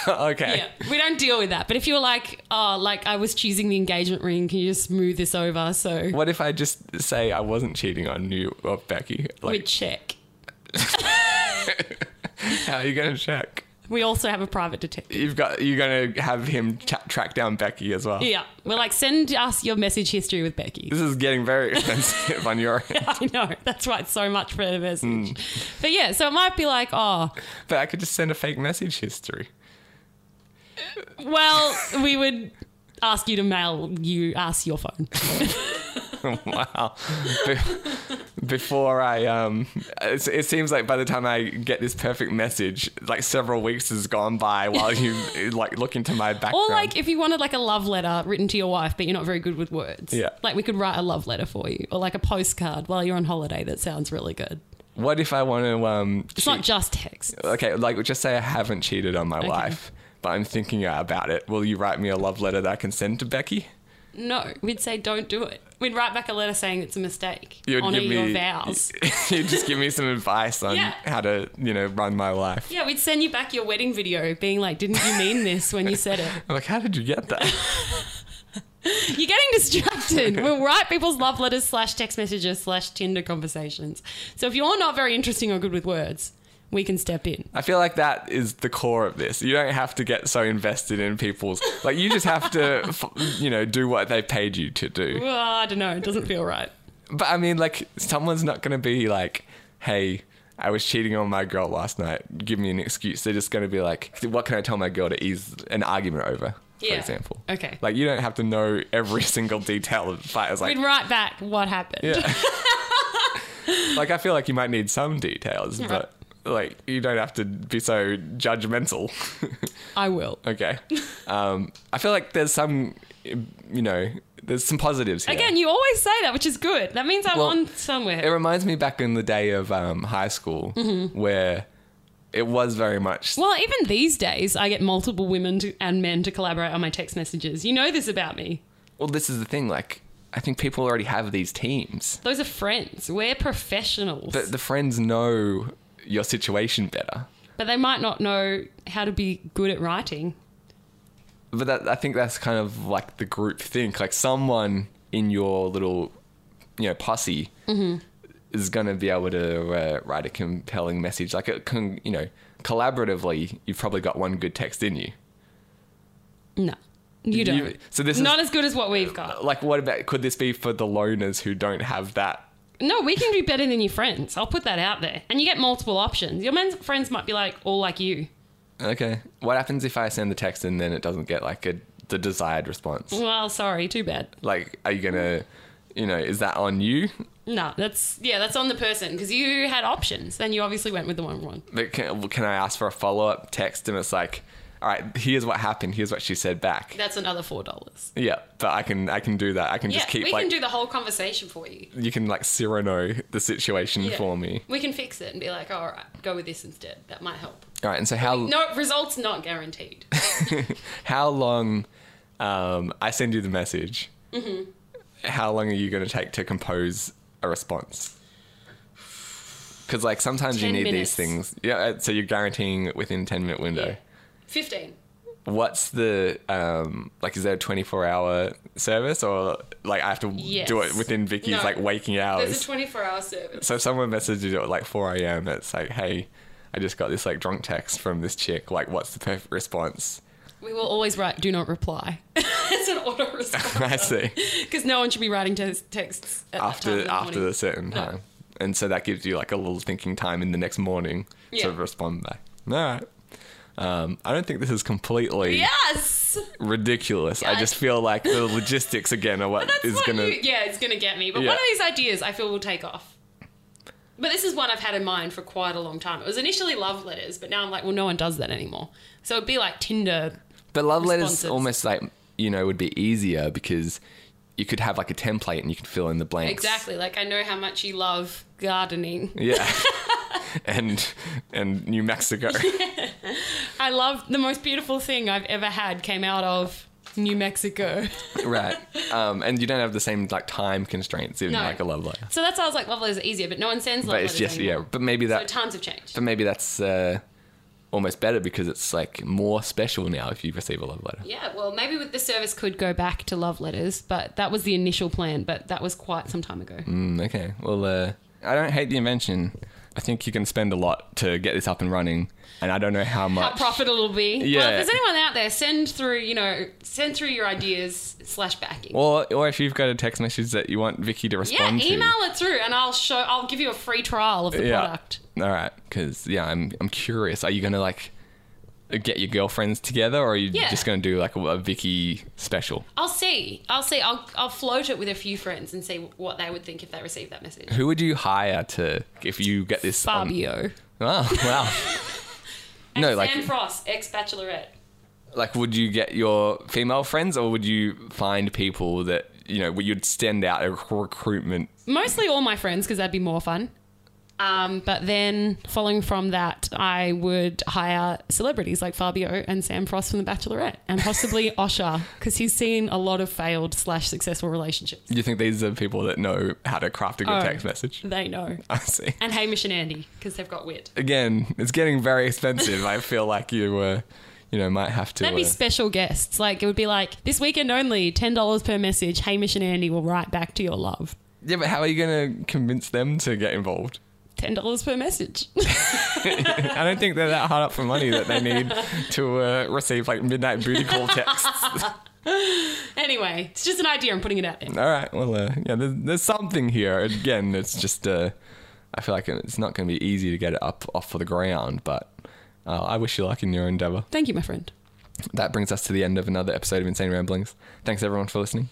A: okay.
B: Yeah, we don't deal with that. But if you're like, oh, like I was choosing the engagement ring, can you just smooth this over so
A: What if I just say I wasn't cheating on you or Becky? Like,
B: we check?
A: how are you gonna check?
B: We also have a private detective.
A: You've got you're gonna have him tra- track down Becky as well.
B: Yeah, we're like, send us your message history with Becky.
A: This is getting very expensive on your end.
B: I know that's why it's so much for a message. But yeah, so it might be like, oh,
A: But I could just send a fake message history.
B: well, we would ask you to mail you us your phone.
A: wow. Be- before I, um, it, it seems like by the time I get this perfect message, like several weeks has gone by while you like look into my background.
B: Or like, if you wanted like a love letter written to your wife, but you're not very good with words.
A: Yeah.
B: like we could write a love letter for you, or like a postcard while you're on holiday. That sounds really good.
A: what if I want to, um,
B: It's
A: cheat-
B: not just text.
A: okay, like just say I haven't cheated on my wife, but I'm thinking about it. Will you write me a love letter that I can send to Becky?
B: No, we'd say don't do it. We'd write back a letter saying it's a mistake.
A: You would
B: Honor
A: give me-
B: your vows.
A: you just give me some advice on
B: Yeah.
A: how to, you know, run my life.
B: yeah, we'd send you back your wedding video being like, didn't you mean this when you said it?
A: I'm like, how did you get that?
B: You're getting distracted. we'll write people's love letters slash text messages slash Tinder conversations. So if you're not very interesting or good with words, we can step in.
A: I feel like that is the core of this. You don't have to get so invested in people's like you just have to f- you know do what they paid you to do.
B: Well, I don't know. It doesn't feel right.
A: But I mean like someone's not going to be like, "Hey, I was cheating on my girl last night. Give me an excuse." They're just going to be like, "What can I tell my girl to ease an argument over?" For
B: Yeah.
A: example.
B: Okay.
A: Like you don't have to know every single detail of the fight. It's like
B: We'd write back what happened.
A: yeah. like I feel like you might need some details, but like you don't have to be so judgmental.
B: I will.
A: okay. Um, I feel like there's some, you know, there's some positives here.
B: Again, you always say that, which is good. That means I'm
A: Well,
B: on somewhere.
A: it reminds me back in the day of um, high school
B: Mm-hmm.
A: where it was very much.
B: Well, even these days, I get multiple women to, and men to collaborate on my text messages. You know this about me.
A: Well, this is the thing. Like, I think people already have these teams.
B: Those are friends. We're professionals.
A: The,
B: But,
A: the friends know your situation better.
B: they might not know how to be good at writing.
A: but that, I think that's kind of like the group think. Like someone in your little, you know, posse
B: Mm-hmm.
A: is going to be able to uh, write a compelling message. Like it can, you know, collaboratively, you've probably got one good text in you.
B: No, you don't.
A: so this
B: not
A: is
B: as good as what we've got.
A: like what about could this be for the loners who don't have that?
B: No, we can do better than your friends. I'll put that out there. And you get multiple options. Your men's friends might be like all like you.
A: Okay, what happens if I send the text and then it doesn't get like a the desired response?
B: Well, sorry, too bad.
A: Like, are you gonna, you know, is that on you?
B: No, that's yeah, that's on the person because you had options and you obviously went with the wrong one.
A: but can, well, can I ask for a follow up text? And it's like, all right, here's what happened. Here's what she said back.
B: That's another four dollars.
A: Yeah, but I can I can do that. I can
B: Yeah,
A: just keep
B: we
A: like
B: can do the whole conversation for you.
A: you can like Cyrano the situation
B: Yeah.
A: for me.
B: We can fix it and be like, all right, go with this instead. That might help.
A: All right, and so how
B: No, results not guaranteed.
A: how long
B: Mm-hmm.
A: um, I send you the message? How long are you going to take to compose a response? Because like sometimes you
B: 10
A: need these
B: minutes.
A: things. Yeah, uh, so you're guaranteeing it within ten minute window.
B: Yeah. 15.
A: What's the um like? Is there a twenty four hour service or like I have to do
B: Yes.
A: it within Vicky's
B: No.
A: like waking hours?
B: 24 hour service.
A: so if someone messages you at like four a.m. It's like, hey, I just got this like drunk text from this chick. Like, what's the perfect response?
B: We will always write do not reply. it's an auto
A: I
B: response.
A: see.
B: Because no one should be writing te- texts at that time in
A: after
B: the
A: after
B: morning.
A: the certain
B: No.
A: time, and so that gives you like a little thinking time in the next morning
B: Yeah.
A: to respond back. All right. Um, I don't think this is completely
B: Yes!
A: ridiculous. I
B: Yeah,
A: just
B: I-
A: feel like the logistics again are what
B: That's
A: is
B: what
A: gonna.
B: you, yeah, it's gonna get me. But
A: Yeah.
B: one of these ideas I feel will take off. But this is one I've had in mind for quite a long time. It was initially love letters, but now I'm like, well, no one does that anymore. So it'd be like Tinder.
A: But love
B: responses.
A: letters almost like you know would be easier because you could have like a template and you could fill in the blanks.
B: Exactly. Like I know how much you love gardening.
A: Yeah. and and New Mexico.
B: I love the most beautiful thing I've ever had came out of New Mexico.
A: right. Um, and you don't have the same like time constraints in
B: No.
A: like a love letter.
B: So that's why I was like, love letters are easier, but no one sends love
A: But it's
B: letters
A: just
B: anymore.
A: yeah. But maybe
B: So
A: that
B: times have changed.
A: But maybe that's uh, almost better because it's like more special now if you receive a love letter.
B: Yeah, well, maybe with the service could go back to love letters, but that was the initial plan. But that was quite some time ago.
A: Mm, okay. Well, uh, I don't hate the invention. I think you can spend a lot to get this up and running, and I don't know how
B: How
A: much.
B: profitable it'll be? Well,
A: Yeah.
B: if there's anyone out there, send through. You know, send through your ideas slash backing.
A: or, or if you've got a text message that you want Vicky to
B: yeah,
A: respond to.
B: email it through, and I'll show. I'll give you a free trial of the
A: yeah.
B: product.
A: All right, because yeah, I'm I'm curious. Are you gonna like get your girlfriends together, or are you
B: Yeah.
A: just gonna do like a, a Vicky special?
B: I'll see. I'll see. I'll I'll float it with a few friends and see what they would think if they received that message.
A: Who would you hire to if you get this? on-
B: Fabio,
A: oh wow. no, like
B: Sam Frost, ex Bachelorette.
A: like would you get your female friends or would you find people that you know you'd send out a rec- recruitment
B: mostly all my friends because that'd be more fun. Um, but then following from that, I would hire celebrities like Fabio and Sam Frost from The Bachelorette, and possibly Osha because he's seen a lot of failed slash successful relationships.
A: you think these are people that know how to craft a good
B: Oh.
A: text message
B: They know.
A: i see
B: And Hamish and Andy because they've got wit.
A: again it's getting very expensive i feel like you uh, you know might have to
B: That'd be
A: uh,
B: special guests. Like it would be like this weekend only, ten dollars per message. Hamish and Andy will write back to your love.
A: yeah but how are you going to convince them to get involved
B: Ten dollars per message.
A: i don't think they're that hard up for money that they need to uh, receive like midnight booty call texts
B: anyway, it's just an idea. I'm putting it out there.
A: All right. Well, uh, yeah, there's, there's something here. Again, it's just, uh, I feel like it's not going to be easy to get it up off of the ground, but uh, I wish you luck in your endeavor.
B: Thank you, my friend.
A: That brings us to the end of another episode of Insane Ramblings. Thanks, everyone, for listening.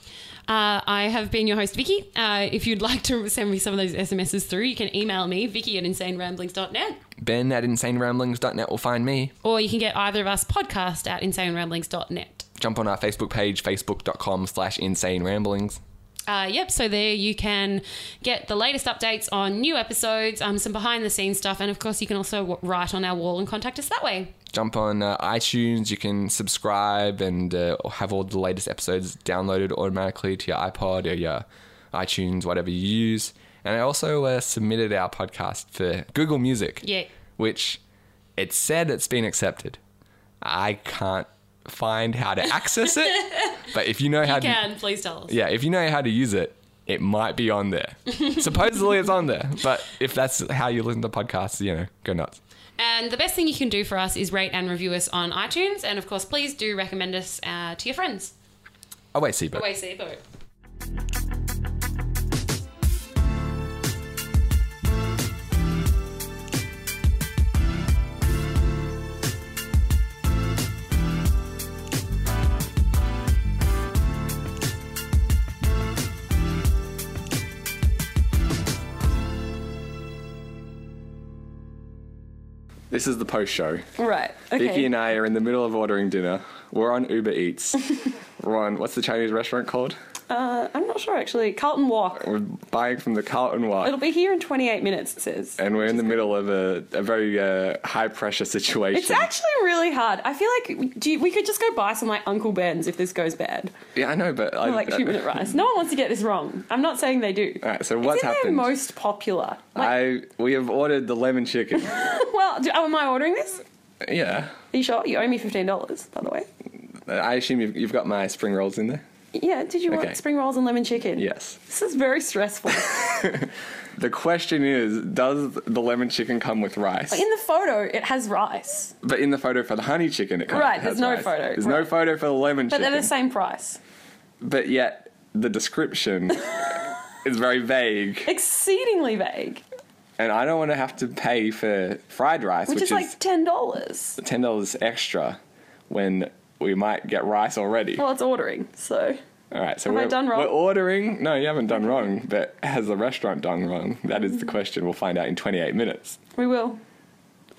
B: Uh, I have been your host, Vicky. Uh, if you'd like to send me some of those SMSs through, you can email me, Vicky at insaneramblings.net,
A: Ben at insaneramblings.net will find me.
B: or you can get either of us podcast at insaneramblings.net.
A: Jump on our Facebook page, facebook.com slash insane ramblings.
B: Uh, yep, so there you can get the latest updates on new episodes, um, some behind the scenes stuff, and of course, you can also w- write on our wall and contact us that way.
A: Jump on uh, iTunes. You can subscribe and uh, have all the latest episodes downloaded automatically to your iPod or your iTunes, whatever you use. And I also uh, submitted our podcast for Google Music.
B: Yeah.
A: Which it said it's been accepted. I can't find how to access it, but if you know how
B: You
A: to,
B: can, please tell us.
A: yeah, if you know how to use it, it might be on there. Supposedly it's on there, but if that's how you listen to podcasts, you know, go nuts.
B: And the best thing you can do for us is rate and review us on iTunes, and of course, please do recommend us uh, to your friends.
A: Oh wait, see, but
B: Away, see you.
A: this is the post show.
F: Right. Okay.
A: Vicky and I are in the middle of ordering dinner. We're on Uber Eats. Ron, what's the Chinese restaurant called?
F: Uh, I'm not sure actually. Carlton Walk.
A: We're buying from the Carlton Walk.
F: It'll be here in 28 minutes. It says.
A: and we're in the middle of a, a very uh, high pressure situation.
F: It's actually really hard. I feel like do you, we could just go buy some like Uncle Ben's if this goes bad,
A: yeah, I know, but I,
F: or, like two minute rice. No one wants to get this wrong. I'm not saying they do.
A: All right, so
F: It's
A: what's
F: in their
A: happened?
F: most popular. Like,
A: I we have ordered the lemon chicken.
F: well, do, oh, am I ordering this?
A: yeah,
F: Are you sure? You owe me fifteen dollars, by the way.
A: I assume you've, you've got my spring rolls in there.
F: Yeah. Did you
A: Okay.
F: want spring rolls and lemon chicken?
A: Yes.
F: This is very stressful.
A: The question is, does the lemon chicken come with rice?
F: in the photo, it has rice,
A: but in the photo for the honey chicken, it comes
F: Right,
A: it
F: there's
A: has
F: no
A: rice.
F: photo,
A: There's no
F: right.
A: photo for the lemon
F: but
A: chicken.
F: they're the same price.
A: But yet the description is very vague,
F: Exceedingly vague,
A: and I don't want to have to pay for fried rice,
F: which,
A: which,
F: is, like ten dollars.
A: ten dollars extra when we might get rice already.
F: Well, it's ordering, so
A: All right, so
F: have I
A: we're,
F: done wrong?
A: we're ordering. No, you haven't done wrong, but has the restaurant done wrong? That is the question. We'll find out in 28 minutes.
F: we will.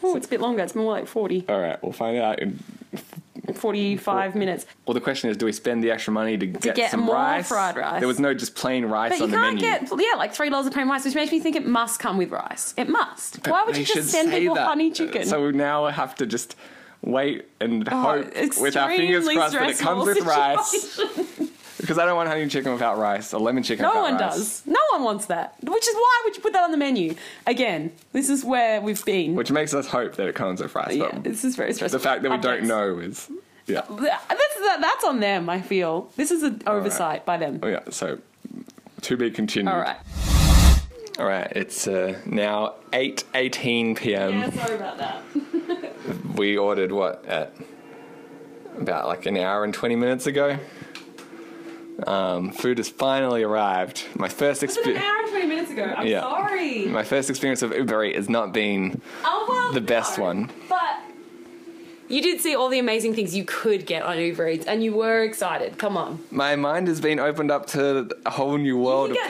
F: Oh, it's a bit longer. It's more like 40,
A: All right, we'll find out. In, Oh.
F: 45 minutes.
A: well, the question is, do we spend the extra money to get,
F: get
A: some
F: more
A: rice?
F: fried rice.
A: There was no just plain rice
F: But you
A: on the
F: can't
A: menu.
F: get yeah, like three dollars a plain rice, which makes me think it must come with rice. It must. Why would
A: They
F: you
A: should
F: just send
A: say
F: people
A: that. uh,
F: honey chicken? Oh,
A: So we now have to just wait and hope with our fingers
F: extremely
A: crossed that it
F: stressful
A: comes with rice. Because I don't want honey chicken without rice, or lemon chicken
F: No
A: without
F: one
A: rice.
F: does. No one wants that. Which is why would you put that on the menu? Again, this is where we've been.
A: Which makes us hope that it comes with rice.
F: yeah,
A: but
F: this is very stressful.
A: the fact that we
F: Updates.
A: don't know is. Yeah.
F: Th- That's, that- that's on them, I feel. This is an oversight by them.
A: Oh yeah, so to be continued.
F: All right.
A: All right, it's uh, now 8:18 p.m.
F: sorry about that.
A: We ordered what at about like an hour and 20 minutes ago. Um, food has finally arrived. My first experience
F: and 20 minutes ago. I'm
A: Yeah. my first experience of Uber Eats has not been
F: Oh, well,
A: the best
F: no.
A: one.
F: But you did see all the amazing things you could get on Uber Eats, and you were excited. Come on.
A: My mind has been opened up to a whole new world of
F: You get $5 of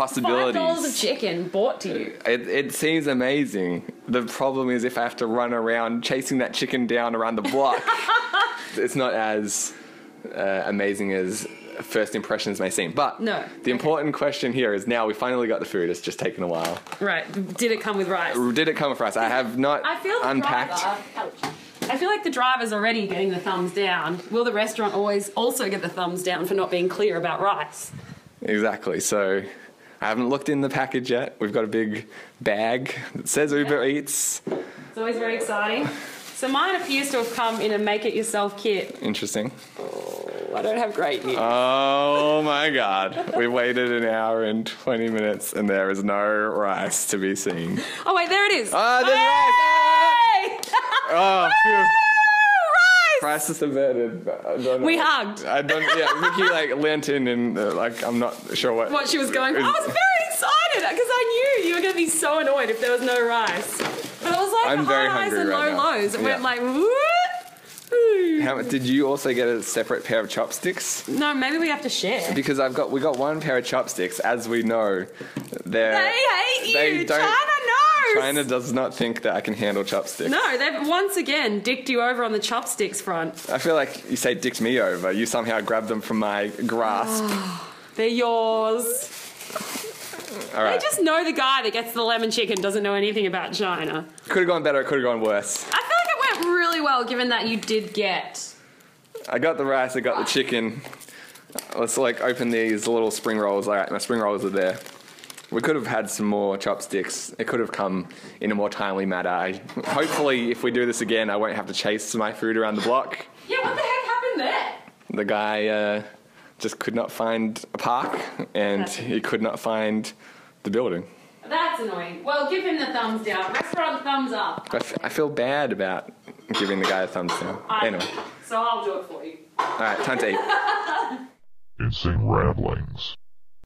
A: possibilities.
F: chicken bought to you.
A: It, it seems amazing. The problem is if I have to run around chasing that chicken down around the block, it's not as uh, amazing as first impressions may seem. But
F: No.
A: the important question here is now we finally got the food. It's just taken a while.
F: Right. Did it come with rice?
A: Did it come for us? I have not
F: I feel the
A: unpacked.
F: driver. ouch. I feel like the driver's already getting the thumbs down. Will the restaurant always also get the thumbs down for not being clear about rice?
A: Exactly. So I haven't looked in the package yet. We've got a big bag that says Uber Eats.
F: It's always very exciting. So mine appears to have come in a make-it-yourself kit.
A: Interesting.
F: I don't have great news.
A: Oh my god. We waited an hour and 20 minutes and there is no rice to be seen.
F: oh wait, there it is.
A: Ah, there's
F: rice!
A: Oh, phew.
F: rice!
A: Crisis averted. I don't know.
F: We hugged.
A: I don't, yeah, Vicky like leant in and uh, like, I'm not sure what.
F: What she was going for. I was very excited because I knew you were going to be so annoyed if there was no rice. But it was like
A: I'm
F: the
A: very
F: high highs
A: hungry
F: and
A: right
F: low
A: now.
F: lows. It went
A: Yeah.
F: like, what?
A: How, did you also get a separate pair of chopsticks?
F: No, maybe we have to share.
A: Because I've got, we got one pair of chopsticks, as we know. They're,
F: They hate
A: They
F: you.
A: don't-
F: China knows.
A: China does not think that I can handle chopsticks.
F: No, they've once again dicked you over on the chopsticks front.
A: I feel like you say dicked me over. You somehow grabbed them from my grasp.
F: They're yours.
A: All
F: They
A: right.
F: just know the guy that gets the lemon chicken doesn't know anything about China.
A: Could have gone better, could have gone worse.
F: I feel like it went really well given that you did get.
A: I got the rice, I got the chicken. Let's like open these little spring rolls. All right, my spring rolls are there. We could have had some more chopsticks. It could have come in a more timely manner. I, hopefully, if we do this again, I won't have to chase my food around the block.
F: Yeah, what the heck happened there?
A: The guy uh, just could not find a park and he could not find the building.
F: That's annoying. Well, give him the thumbs down. Restaurant thumbs up.
A: I, f- I feel bad about giving the guy a thumbs down. Anyway,
F: So I'll do it for you.
A: all right, time to eat.
E: It's in Ramblings.